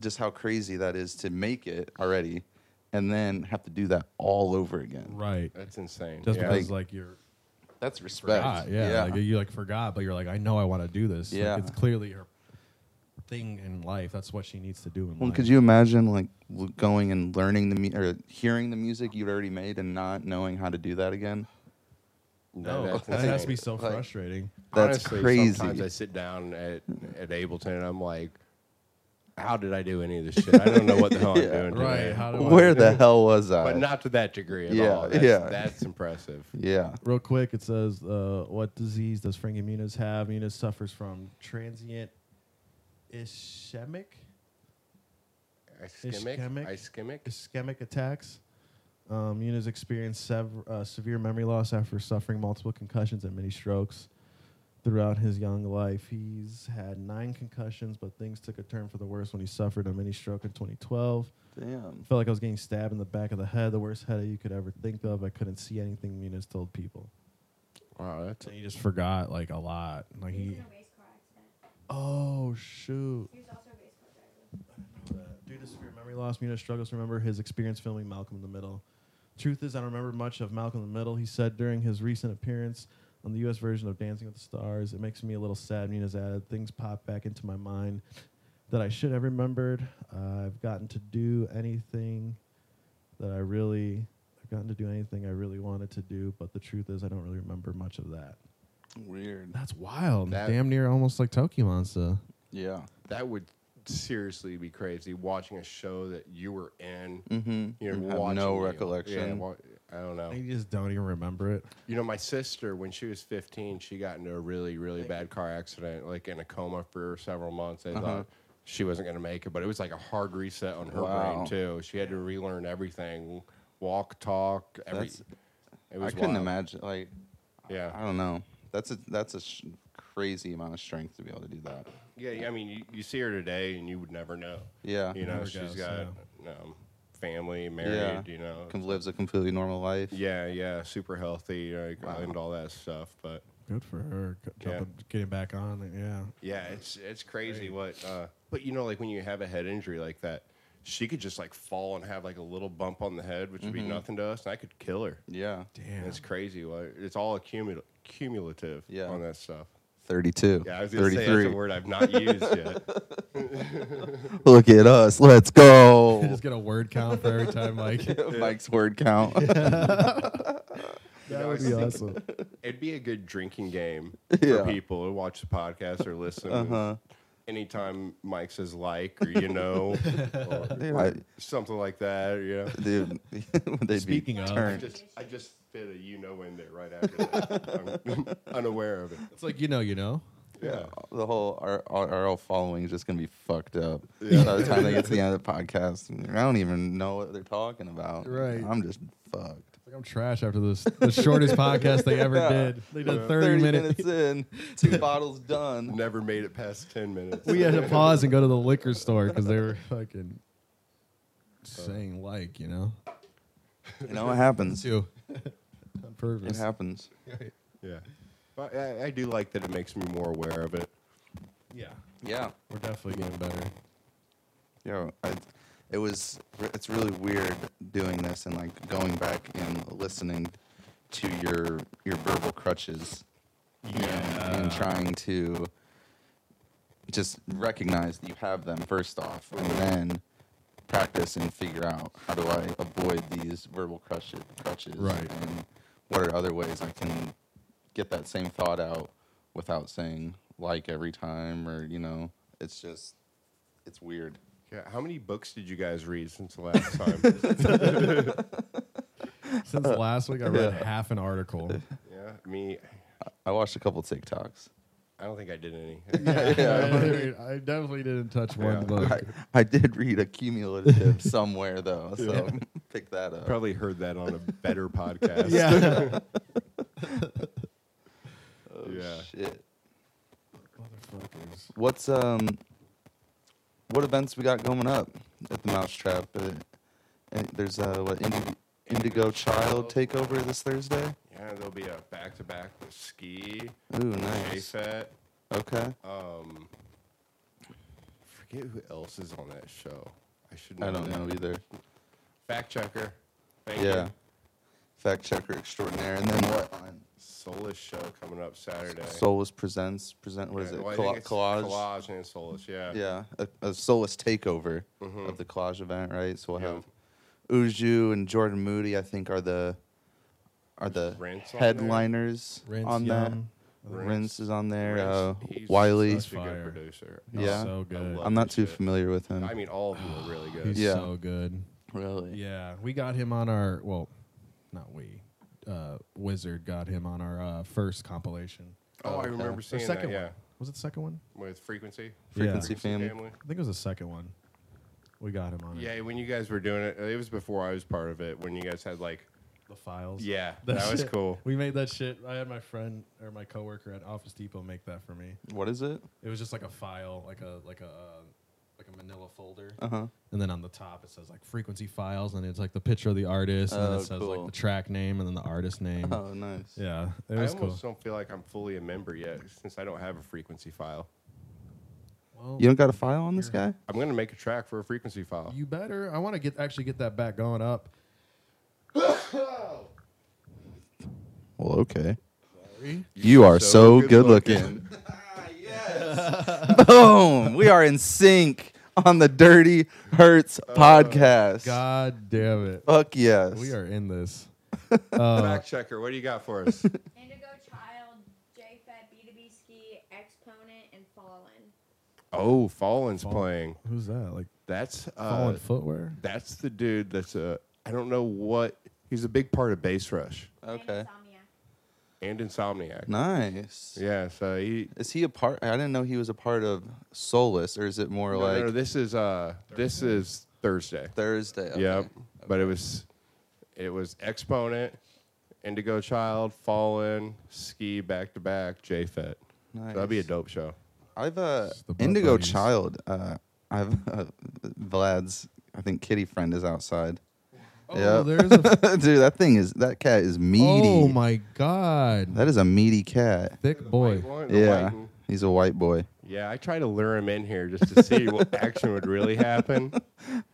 just how crazy that is to make it already and then have to do that all over again.
right.
That's insane.
Just
yeah.
because like you're
That's respect.
forgot. Yeah, Like, you like forgot, but you're like, I know I want to do this. Like,
Yeah.
it's clearly her thing in life. That's what she needs to do in
well,
life.
could you imagine like l- going and learning the mu- or hearing the music you'd already made and not knowing how to do that again?
No,
That's
that has to
insane.
be so
Like-
frustrating.
That's
Honestly,
crazy.
Sometimes I sit down at, at Ableton and I'm like, how did I do any of this shit? I don't know what the hell
Yeah.
I'm doing.
Right,
today."
how do I-
Where the hell was I?
but not to that degree at
Yeah,
all. That's,
yeah.
that's impressive.
yeah.
Real quick, it says, uh, what disease does Frankie Muniz have? Muniz suffers from transient ischemic
Ischemic,
Ischemic?
ischemic.
ischemic attacks. Um, Muniz experienced sev- uh, severe memory loss after suffering multiple concussions and many strokes throughout his young life. He's had nine concussions, but things took a turn for the worse when he suffered a mini stroke in 2012.
Damn.
Felt like I was getting stabbed in the back of the head, the worst headache you could ever think of. I couldn't see anything. Muniz told people.
Wow, that's
So he just forgot like a lot. Like
He was
he,
in a race car accident.
oh shoot.
He was also a race car driver.
Due to severe memory loss, Munoz struggles to remember his experience filming Malcolm in the Middle. Truth is, I don't remember much of Malcolm in the Middle, he said during his recent appearance on the U.S. version of Dancing with the Stars. It makes me a little sad, Munoz added. Things pop back into my mind that I should have remembered. Uh, I've gotten to do anything that I really, I've gotten to do anything I really wanted to do, but the truth is, I don't really remember much of that.
Weird.
That's wild.
That-
Damn near almost like Tokyo Monster.
Yeah.
that would seriously be crazy watching a show that you were in.
Mm-hmm.
You know,
have
watching
no
you.
recollection.
Yeah, wa- I don't know.
You just don't even remember it.
You know, my sister, when she was 15, she got into a really, really bad car accident, like in a coma for several months.
Uh-huh.
They thought she wasn't going to make it, but it was like a hard reset on her
Wow.
brain, too. She had to relearn everything walk, talk, every.
That's-
It
I
was
couldn't
wild.
imagine. Like, I
Yeah.
don't know. That's a that's a sh- crazy amount of strength to be able to do that.
Yeah. yeah, I mean, you, you see her today and you would never know.
Yeah.
You know,
Never
she's
guess,
got um, family, married, you know.
Com- lives a completely normal life.
Yeah, yeah, super healthy like,
Wow.
and all that stuff. But
Good for her. c-
Yeah.
Jumping, Getting back on it. Yeah.
Yeah, it's it's crazy what. Uh, but you know, like when you have a head injury like that, she could just like fall and have like a little bump on the head, which would be nothing to us, and I could kill her.
Yeah.
Damn.
It's crazy. What it's all accumul- cumulative
Yeah.
on that stuff.
32.
Yeah, I was gonna say that's
33.
a word I've not used yet.
Look at us. Let's go.
just get a word count for every time, Mike. that
Mike's word count.
would
would
be
be awesome.
It'd be a good drinking game for
Yeah.
people who watch the podcast or listen. Anytime Mike says like or you know or
I,
something like that, you know.
dude, they'd
Speaking
be
of-
I
turned.
just I just fit a you know in there right after that. I'm unaware of it.
It's like you know, you know.
Yeah.
the whole our, our, our whole following is just gonna be fucked up by the time they get to the end of the podcast. I don't even know what they're talking about.
Right.
I'm just fucked.
Like I'm trash after this. The shortest podcast they ever
Yeah.
did. They did 30, minutes.
in, two bottles done.
Never made it past ten minutes.
we had to pause and go to the liquor store because they were fucking saying like, you know.
You know what happens?
Too. On
It
purpose.
happens.
yeah. But I, I do like that it makes me more aware of it.
Yeah.
Yeah.
We're definitely getting better.
Yeah, I, it was. It's really weird doing this and like going back and listening to your your verbal crutches. Yeah. And, trying to just recognize that you have them first off, and then practice and figure out how do I avoid these verbal crutches, crutches
Right.
and what are other ways I can get that same thought out without saying like every time or you know it's just it's weird.
Yeah, how many books did you guys read since the last time?
Since last week, I read half an article.
yeah, me.
I watched a couple TikToks.
I don't think I did any.
I, mean, I definitely didn't touch
Yeah.
one book.
I, I did read a cumulative somewhere though, so pick that up.
Probably heard that on a better podcast.
Yeah.
Oh,
Yeah.
Shit.
Motherfuckers.
What's um, what events we got coming up at the Mousetrap? Uh, uh, there's uh, what Indi- Indigo Child takeover this Thursday.
Yeah, there'll be a back to back with ski,
Ooh, Oh, nice.
AFET.
Okay.
Um, forget who else is on that show. I should. Know
I don't
that.
know either.
Fact checker. Thank
Yeah.
you.
Fact checker extraordinaire, and then what? On
Solus show coming up Saturday.
Solus presents present. What is
Yeah,
it?
well, I
Colla-
think it's
collage.
collage and Solus. Yeah.
Yeah, a, a Solus takeover
Mhm.
of the collage event, right? So we'll
Yeah.
have Uju and Jordan Moody. I think are the are the
Rince on there?
headliners
Rince,
on that.
Yum.
Rince. is on there.
Rince,
uh,
he's
Wiley.
Such a good
Fire.
producer.
He's
Yeah.
so good.
love
I'm not
this
too
shit.
familiar with him.
I mean, all of them are really good.
He's
Yeah.
so good.
really?
Yeah, we got him on our well, not we. Uh, Wizard got him on our uh, first compilation.
Oh, I remember
Or
seeing
second
that.
one. Was it the second one?
Yeah, with frequency.
Yeah.
Frequency Family.
I think it was the second one. We got him on it.
Yeah, when you guys were doing it, it was before I was part of it. When you guys had like,
The files.
yeah, that was
shit-
cool.
We made that shit. I had my friend or my coworker at Office Depot make that for me.
What is it?
It was just like a file, like a like a uh, like a Manila folder,
Uh huh.
and then on the top it says like frequency files, and it's like the picture of the artist, and then
Oh,
it says
cool.
like the track name, and then the artist name.
Oh, nice.
Hmm. Yeah, it
I
was
almost
cool.
don't feel like I'm fully a member yet, since I don't have a frequency file.
Well,
You don't got a file on this guy?
I'm gonna make a track for a frequency file.
You better. I want to get actually get that back going up.
Well, okay.
Sorry.
You are so, good, looking. Boom! We are in sync on the Dirty Hurts
Uh,
podcast.
God damn it.
Fuck yes.
We are in this.
Uh,
Fact checker, what do you got for us?
Indigo Child, JFET, B2B Ski, Exponent, and Fallen.
oh, Fallen's playing.
Who's that? Like
That's uh,
Fallen Footwear?
that's the dude. That's a I don't know what he's a big part of Bass Rush
Okay.
And Insomnia.
Mm.
and Insomniac.
Nice.
Yeah, so he
Is he a part? I didn't know he was a part of Solus, or is it more
no, no,
like
no, this is uh this is Thursday.
Thursday? Okay.
Yep. But it was it was Exponent, Indigo Child, Fallen, Ski back to back, JFET. So that'd be a
Nice.
dope show.
I've uh,
It's the Bud
Indigo
Buddies.
Child. Uh, I've uh, Vlad's. I think kitty friend is outside.
Oh, there's a.
dude, that thing is that cat is meaty.
oh my God.
That is a meaty cat.
Thick boy.
White one, the
Yeah,
white one.
he's a white boy.
Yeah, I try to lure him in here just to see what action would really happen.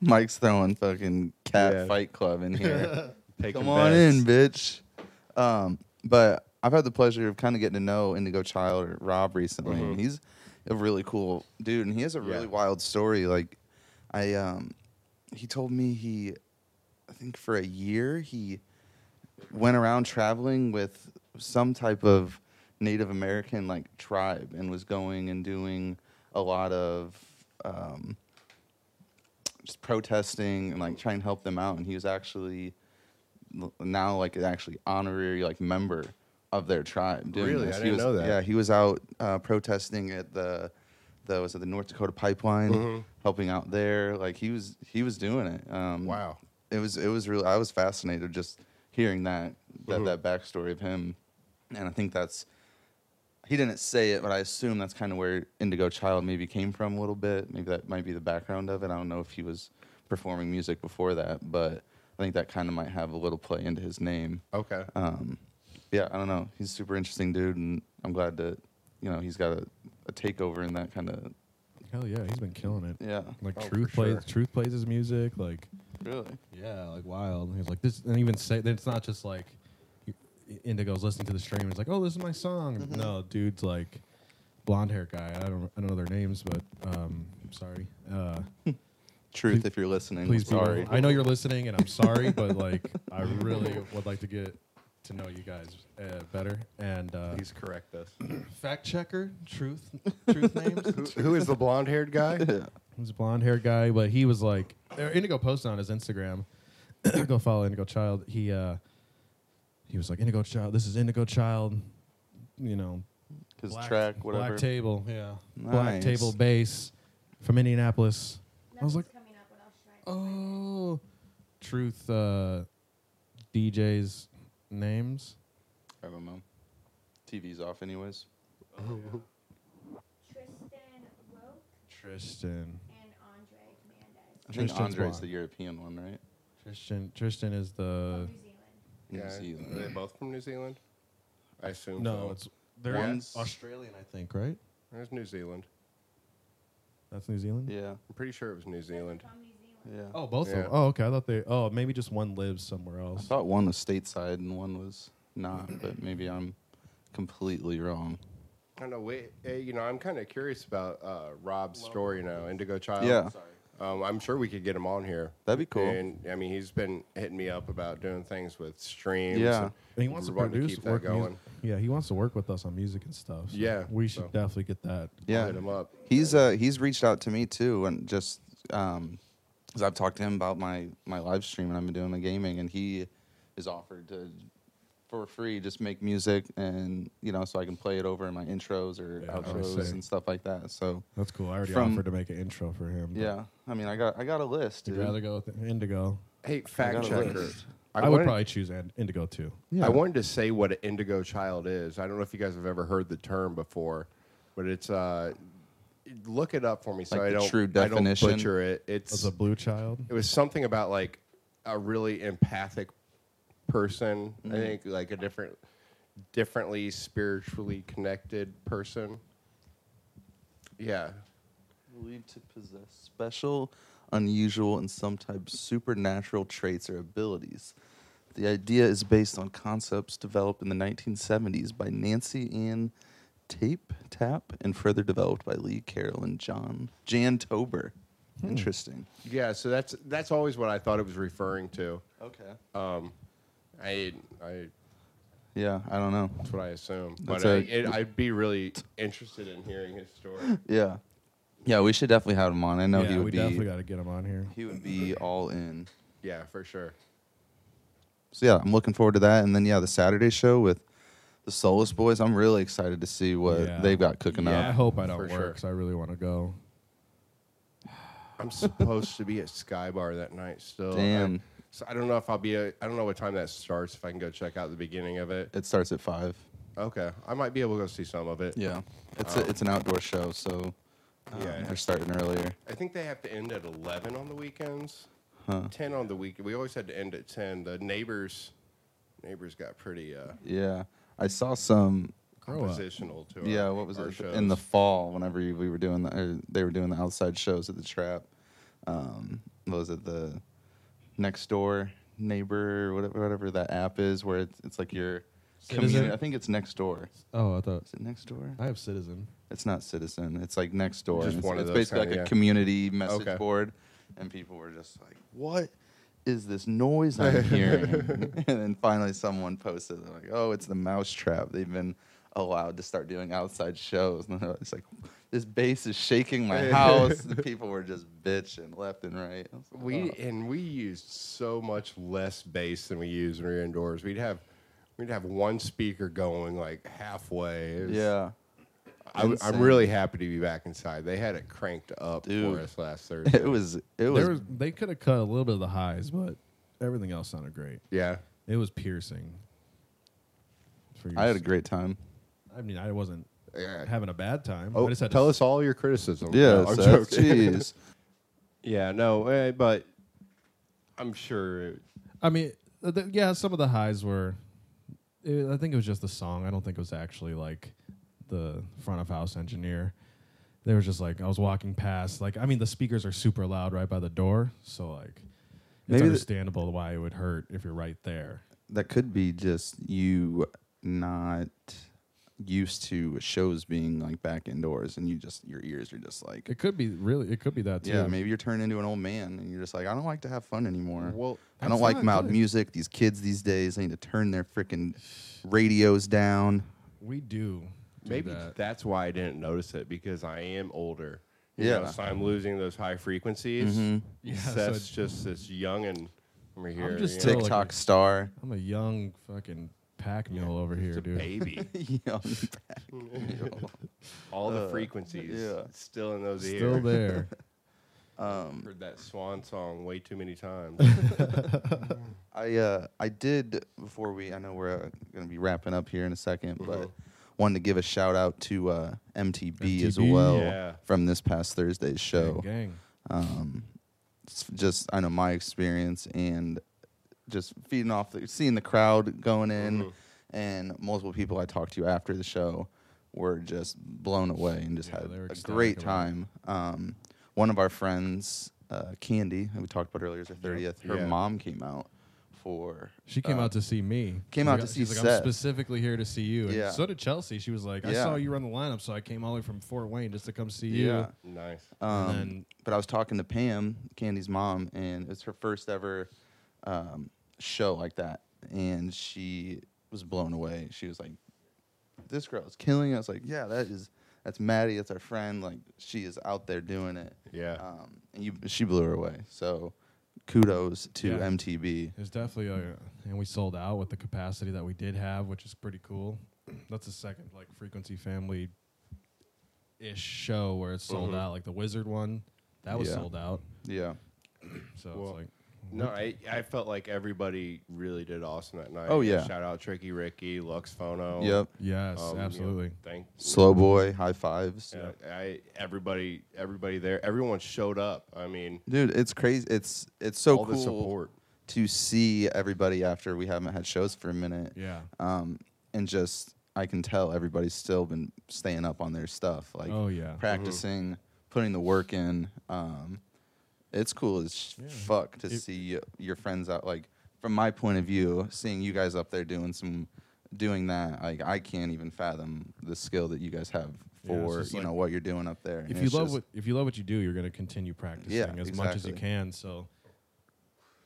Mike's throwing fucking cat
Yeah.
fight club in here.
Take
Come
him
on
bets.
in, bitch. Um, but I've had the pleasure of kind of getting to know Indigo Child or Rob recently, and he's a really cool dude, and he has a really
Mm-hmm. Yeah.
wild story. Like, I um, he told me he, I think for a year he went around traveling with some type of Native American like tribe, and was going and doing a lot of um, just protesting and like trying to help them out. And he was actually l- now like an actually honorary like member of their tribe. Doing
Really?
this.
I
he
didn't
was,
know that.
Yeah, he was out uh, protesting at the the was it the North Dakota pipeline,
Mm-hmm.
helping out there. Like he was he was doing it. Um,
Wow.
it was it was really I was fascinated just hearing that that
Mm-hmm.
that backstory of him, and I think that's he didn't say it, but I assume that's kind of where Indigo Child maybe came from a little bit. Maybe that might be the background of it. I don't know if he was performing music before that, but I think that kind of might have a little play into his name.
Okay.
Um, yeah, I don't know. He's a super interesting dude, and I'm glad that you know he's got a, a takeover in that kind of
Hell yeah, he's been killing it.
yeah.
Like
Oh,
Truth
for
plays
sure.
Truth plays his music. Like
Really?
yeah, like wild. He's like this, and even say that it's not just like Mm-hmm. Indigo's listening to the stream. and He's like, oh, this is my song. No, dude's like blonde hair guy. I don't I don't know their names, but um, I'm sorry. Uh,
Truth, if you're listening,
please, be-
sorry.
I know you're listening, and I'm sorry, but like I really would like to get to know you guys uh, better. And uh,
Please correct us.
fact checker, truth, truth names.
Who- who is the blonde haired guy?
He was a blonde haired guy, but he was like or Indigo posted on his Instagram. go follow Indigo Child. He uh he was like Indigo Child, this is Indigo Child, you know,
His
black-
track, whatever.
Black table, yeah. Black
Nice.
table bass from Indianapolis. I was
Nothing's
like,
coming up. What else should I explain?
Oh Truth uh DJ's names.
I don't know. TV's off, anyways.
Tristan Roke
Tristan.
and Andre Mendes
I think
Tristan's
Andre's
blonde.
the European one, right?
Tristan Tristan is the
from New Zealand.
New
Yeah,
Zealand.
Are they both from New Zealand? I assume.
No,
so.
it's they're
One's-
Australian, I think, right?
There's New Zealand.
That's New Zealand?
Yeah,
I'm pretty sure it was New Zealand.
From New Zealand.
yeah.
Oh, both of
Yeah.
them. Oh, okay. I thought they. Oh, maybe just one lives somewhere
I
else.
thought one was stateside and one was not, but maybe I'm completely wrong.
I don't know. We, eh, you know, I'm kind of curious about uh, Rob's story now, Indigo Child.
Yeah.
Um, I'm sure we could get him on here.
That'd be cool.
And I mean, he's been hitting me up about doing things with streams.
Yeah.
and
And he wants to
we're wanting
produce
keep that
work
going.
music. Yeah, he wants to work with us on music and stuff. so
Yeah,
we should
so.
definitely get that.
Yeah,
Hit him up.
He's uh he's reached out to me too, and just um, 'cause I've talked to him about my my live stream and I've been doing the gaming, and he is offered to for free just make music and you know so I can play it over in my intros or
Yeah, that'd be
outros
sick.
and stuff like that. So
That's cool. I already
From-
offered to make an intro for him. but
yeah, I mean I got I got a list.
I'd
Dude.
rather go with Indigo.
Hey, fact
got a
checker.
list.
I, would
wanted-
probably choose An- Indigo too.
Yeah.
I wanted to say what an indigo child is. I don't know if you guys have ever heard the term before, but it's uh, look it up for me so
Like
I
the
don't
true definition?
I don't butcher it. It's
As a blue child.
it was something about like a really empathic person.
Mm-hmm.
I think like a different, differently spiritually connected person. Yeah,
believed to possess special, unusual, and sometimes supernatural traits or abilities. The idea is based on concepts developed in the 1970s by Nancy Ann Tape Tap and further developed by Lee Carroll and John Jan Tober.
Hmm.
Interesting.
yeah. So that's that's always what I thought it was referring to.
Okay.
Um, I I
Yeah, I don't know.
That's what I assume.
That's
but I,
a-
it, I'd be really interested in hearing his story.
Yeah. Yeah, we should definitely have him on. I know
yeah,
he
we
would
definitely
be
got to get him on here.
he would be all in.
yeah, for sure.
So yeah, I'm looking forward to that. And then yeah, the Saturday show with the Solus Boys. I'm really excited to see what
Yeah.
they've got cooking
Yeah, I
up.
hope I don't
for
work
sure.
'cause I really want to go.
I'm supposed to be at Sky Bar that night still.
Damn.
I, so I don't know if I'll be. A, I don't know what time that starts. If I can go check out the beginning of it.
It starts at five.
Okay, I might be able to go see some of it.
Yeah, it's a, it's an outdoor show, so um,
Yeah.
they're starting earlier.
I think they have to end at eleven on the weekends.
Huh.
Ten on the week. We always had to end at ten. The neighbors, neighbors got pretty uh,
Yeah, I saw some.
Grow up.
oppositional to.
yeah,
our-
what was
our
it
Shows.
in the fall? Whenever we were doing the, or they were doing the outside shows at the trap. Um, what was it the next door neighbor or whatever whatever that app is where it's, it's like your
Citizen?
community. I think it's next door.
Oh, I thought
Is it next door?
I have citizen.
It's not citizen. It's like next door.
Just
it's
one of
it's
those
basically
kinda,
like a
yeah.
community message
Okay.
board, and people were just like, "What is this noise I'm hearing?" and then finally, someone posted, they're like, "Oh, it's the mousetrap. They've been allowed to start doing outside shows." And it's like, "This bass is shaking my house." and people were just bitching left and right. I was like,
We
"Oh."
and we used so much less bass than we use when we were indoors. We'd have we'd have one speaker going like halfway. It was-
yeah.
I, am
insane.
really happy to be back inside. They had it cranked up
Dude.
for us last Thursday.
It was it was,
There was, they could have cut a little bit of the highs, but everything else sounded great.
yeah,
It was piercing. For your
I had a
s-
great time.
I mean, I wasn't
Yeah.
having a bad time.
Oh,
I just had
tell
to,
us all your criticism.
Yeah,
No, I'm
so that's-
joking.
jeez.
yeah, no, eh, but I'm sure. It,
I mean, uh, th- yeah, some of the highs were. It, I think it was just the song. I don't think it was actually like the front of house engineer. They were just like I was walking past. Like I mean, the speakers are super loud right by the door, so like it's
Maybe the-
understandable why it would hurt if you're right there.
that could be just you not used to shows being like back indoors, and you just your ears are just like,
It could be really. It could be that too.
yeah, maybe you're turning into an old man, and you're just like, I don't like to have fun anymore.
Well,
I don't
that's
like
not
loud
good.
music. These kids these days, they need to turn their freaking radios down.
we do. do
Maybe
that.
that's why I didn't notice it because I am older. You
Yeah.
know, so I'm losing those high frequencies.
Mm-hmm. Yeah,
So
so
that's
it-
just this young and over here.
just
you know,
Still like
TikTok
a-
star.
I'm a young fucking pack mule over here,
just a
dude.
baby.
Young back.
All the frequencies
yeah.
still in those ears.
Uh, Still there.
Heard that swan song way too many times.
I uh, I did before we. I know we're uh, going to be wrapping up here in a 2nd
Uh-huh.
but wanted to give a shout out to uh, MTB, as
MTB,
well
yeah.
from this past Thursday's show.
Gang.
It's just I know my experience and just feeding off, the, seeing the crowd going in, and multiple people I talked to after the show were just blown away and just
Yeah,
had
they were
a
ecstatic
great
about
time. Um, one of our friends, uh, Candy, who we talked about earlier, is her thirtieth. Her
Yeah.
mom came out for
She came
uh,
out to see me.
came
She's
out
like,
to
she's
see
like,
Seth."
I'm specifically here to see you. And
Yeah.
so did Chelsea. She was like, I
Yeah.
saw you run the lineup, so I came all the way from Fort Wayne just to come see you.
Yeah.
nice.
Um,
then-
but I was talking to Pam, Candy's mom, and it's her first ever um, show like that, and she was blown away. She was like, "This girl is killing!" it." I was like, "Yeah, that is that's Maddie. That's our friend. Like she is out there doing it."
Yeah.
Um, and you, she blew her away. So kudos to
Yeah.
MTB.
It's definitely a, and we sold out with the capacity that we did have, which is pretty cool. That's the second like frequency family ish show where it's sold out. Like the Wizard one, that was
Mm-hmm. Yeah.
sold out.
Yeah.
So
Well,
it's like
No, I, I felt like everybody really did awesome that night.
Oh, yeah.
Shout out Tricky Ricky, Lux Phono.
Yep.
yes,
Oh,
Um, you know,
absolutely.
thank
Slow boy, high fives.
Yeah, I everybody everybody there, everyone showed up. I mean,
Dude, it's crazy. It's it's so
all
cool
the support.
to see everybody after we haven't had shows for a minute.
Yeah.
um, and just I can tell everybody's still been staying up on their stuff, like
Oh, yeah.
practicing, putting the work in. Um, it's cool as sh fuck to see your friends out. Like from my point of view, seeing you guys up there doing some, doing that, like I can't even fathom the skill that you guys have
Yeah, it's
for
just
you
like-
know what you're doing up there. And
if you
it's
love
just-
what if you love what you do, you're going to continue practicing
Yeah,
as much as you
exactly.
can. So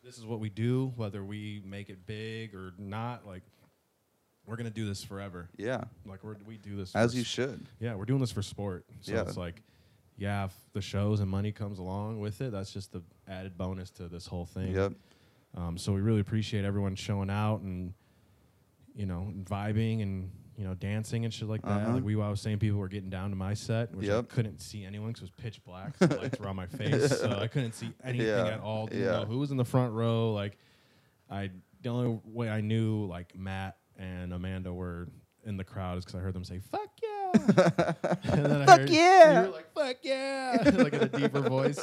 this is what we do, whether we make it big or not. Like we're going to do this forever.
yeah,
Like we're, we do this
as
for
you
s-
should.
Yeah, we're doing this for sport. So
Yeah.
it's like, yeah, if the shows and money comes along with it, that's just the added bonus to this whole thing.
Yep.
Um, so we really appreciate everyone showing out and you know and vibing and you know dancing and shit like that.
Uh-huh.
Like we, I was saying, people were getting down to my set, which I
Yep.
couldn't see anyone because it was pitch black. So the lights were on my face, so I couldn't see anything
Yeah.
at all. Didn't
Yeah.
know who was in the front row. Like I, the only way I knew like Matt and Amanda were in the crowd is because I heard them say "fuck yeah," and then I heard,
yeah.
You were like "fuck yeah," like in a deeper voice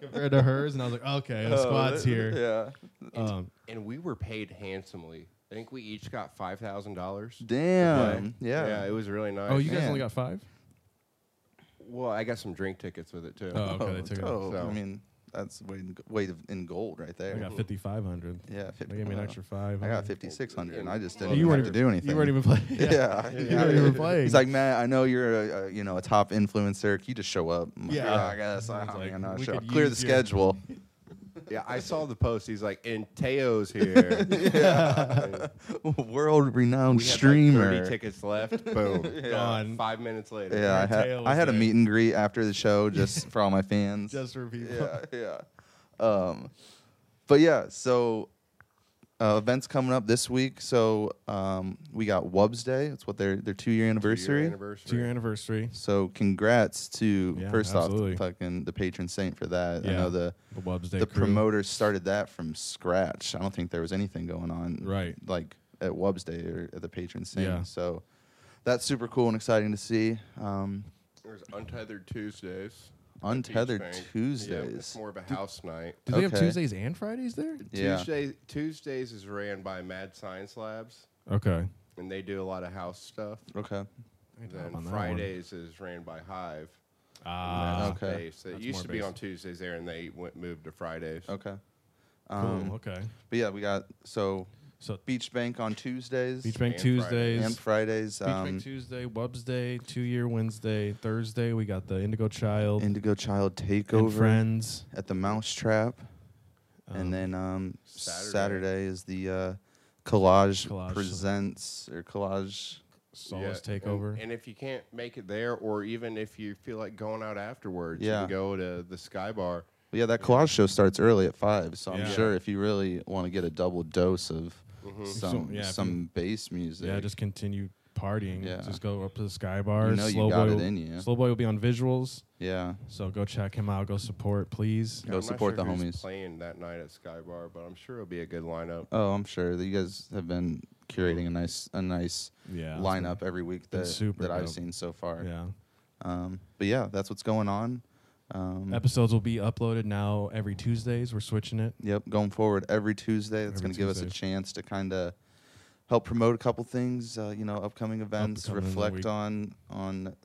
compared to hers, and I was like, "Okay, the squad's here."
Oh, Yeah.
Um,
And we were paid handsomely. I think we each got five thousand dollars.
Damn. Yeah.
yeah, it was really nice.
oh, you guys
Man.
only got five?
well, I got some drink tickets with it too.
Oh, okay,
Oh,
they took it.
dope.
So-
I mean, that's way in, way of- in gold right there.
I got fifty five hundred.
Yeah, 50,
they gave me an
uh,
extra five.
I got 5,600, and I just
You
didn't
you
even
weren't
have to do anything.
You weren't even playing.
Yeah,
you weren't even playing.
He's like, man, I know you're a, a you know a top influencer. Can you just show up? I'm like,
Yeah.
"Yeah, I guess. I,
It's
I
like,
mean, I'll
we
show.
could
Clear the
use your-
schedule.
Yeah, I saw the post. He's like, and Teo's here.
World renowned
We had, like, 30
streamer.
tickets left. Boom.
Gone.
Five minutes later.
yeah, I
Your
had
tail
I
was
had a
there.
meet and greet after the show just for all my fans.
just for people.
yeah, yeah. Um, but yeah, so uh, events coming up this week. So um, we got Wubs Day. It's what their their two year
Anniversary.
anniversary.
To your anniversary,
So congrats to
Yeah,
first
absolutely.
off fucking the patron saint for that. I
Yeah.
know the
the Wubs Day
the
crew.
promoters started that from scratch. I don't think there was anything going on
Right.
like at Wubs Day or at the patron saint.
Yeah.
So that's super cool and exciting to see. Um,
There's Untethered Tuesdays.
Untethered
Beach thing. Yeah, it's
Tuesdays.
more of a house night.
Do they have
Okay.
Tuesdays and Fridays there?
Yeah.
Tuesday, Tuesdays is ran by Mad Science Labs,
Okay.
and they do a lot of house stuff.
Okay.
And
on that
then
one.
Fridays is ran by Hive.
Ah,
Okay.
Base. It
That's
used
more
to be
base.
on Tuesdays there, and they went moved to Fridays.
Okay.
cool. okay.
But yeah, we got so
So
Beach Bank on Tuesdays
Beach Bank
And Friday.
Tuesdays,
and Fridays.
Beach
Um,
Bank Tuesday, Wednesday, Two Year Wednesday, Thursday. We got the Indigo Child and
Indigo Child Takeover
Friends,
at the Mousetrap.
Um,
and then um,
Saturday.
Saturday. is the uh, collage,
Collage.
presents or collage.
Solace
Yeah, and-
Takeover.
And, if you can't make it there, or even if you feel like going out afterwards,
Yeah.
you can go to the Sky Bar.
But yeah, that collage show starts early at five, so I'm
Yeah.
sure if you really want to get a double dose of some
Some- yeah, if you-
some bass music,
yeah, just continue partying.
Yeah.
Just go up to the Sky Bar.
You know you
Slow
got
Boy
it
will-
in you.
Slow Boy will be on visuals,
yeah,
so go check him out. Go support, please.
Go
I'm not
support the
sure who's
homies.
Playing that night at Sky Bar, but I'm sure it'll be a good lineup.
Oh, I'm sure that you guys have been curating a nice a nice
Yeah, it's
lineup every week
been
that
super
that I've
dope.
seen so far.
Yeah.
Um, but yeah, that's what's going on. Um,
Episodes will be uploaded now every Tuesdays. We're switching it.
Yep, going forward every Tuesday. That's
Every
going to give us a
Tuesday.
chance to kind of help promote a couple things. Uh, you know, upcoming events,
Upcoming in the
reflect
week.
on on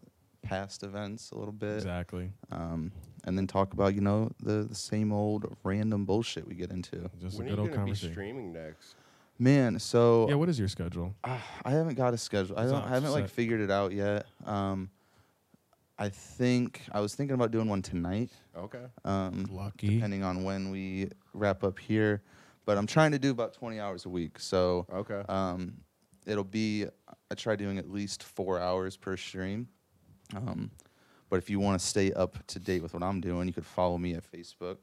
past events a little bit,
Exactly.
um, and then talk about you know the the same old random bullshit we get into.
Just
when are you
a good old
going to be
conversation.
streaming next?
Man, so ah,
Yeah. What is your schedule?
I haven't got a schedule. I
It's
don't.
not
I haven't like
set.
figured it out yet. Um, I think I was thinking about doing one tonight.
Okay.
Um,
Lucky.
depending on when we wrap up here. But I'm trying to do about 20 hours a week. So
Okay.
Uh,
um, it'll be, I try doing at least four hours per stream. Um, but if you want to stay up to date with what I'm doing, you could follow me at Facebook.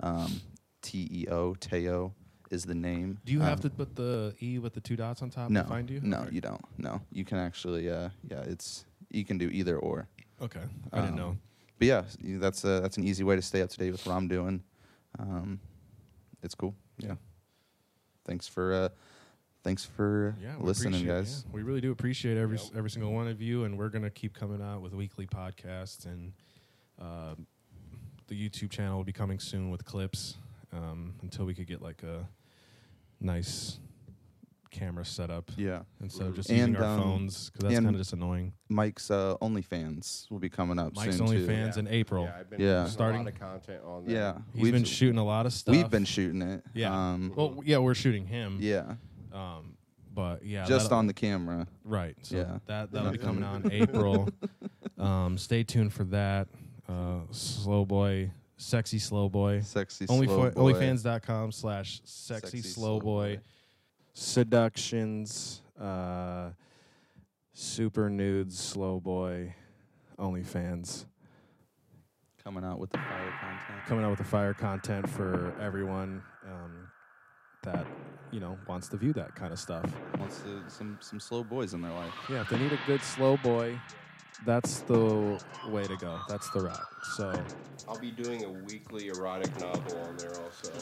Um, T E O, Teo is the name.
Do you have
Um,
to put the e with the two dots on top
no,
to find you?
No,
Okay.
you don't. No, you can actually, uh, yeah, it's, you can do either or.
Okay. I didn't
Um,
know.
But yeah, s- you- that's a, that's an easy way to stay up to date with what I'm doing. Um, it's cool. Yeah. Thanks for uh, thanks for
Yeah. we
listening,
appreciate-
guys.
yeah, we really do appreciate every
Yep.
every single one of you, and we're gonna keep coming out with weekly podcasts, and uh, the YouTube channel will be coming soon with clips um, until we could get like a nice camera setup
Yeah.
instead of just
And,
using our
um,
phones because that's
and
kind of just annoying.
Mike's uh, OnlyFans will be coming up
Mike's
soon too.
OnlyFans in April.
Yeah, I've been
Yeah.
yeah. starting a
Starting-
lot of content on that.
Yeah,
He's been shooting a lot of stuff.
we've been shooting it.
Yeah.
Um,
well, yeah, we're shooting him.
yeah.
Um, but yeah,
Just
that'll-
on the camera.
Right. So
Yeah.
that that'll
not
be coming out in April. um, stay tuned for that. Uh, slow boy, sexy slow boy.
Sexy.
Only
slow
fo-
boy.
onlyfans.com slash sexy slow boy. Seductions, uh, super nudes, slow boy, OnlyFans
coming out with the fire content.
coming out with the fire content for everyone um, that you know wants to view that kind of stuff.
Wants to, some some slow boys in their life.
Yeah, if they need a good slow boy, that's the way to go. That's the route. So
I'll be doing a weekly erotic novel on there also.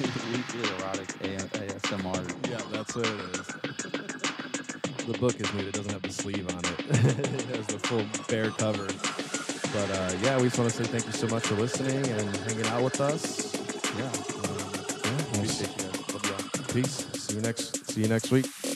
Weekly erotic A- ASMR.
yeah, that's what it is. The book is neat. It doesn't have the sleeve on it. it has the full bare cover. But uh, yeah, we just want to say thank you so much for listening and hanging out with us. Yeah. Um, yeah, we'll see-
Appreciate you guys. Love y'all.
Peace. See you next. See you next week.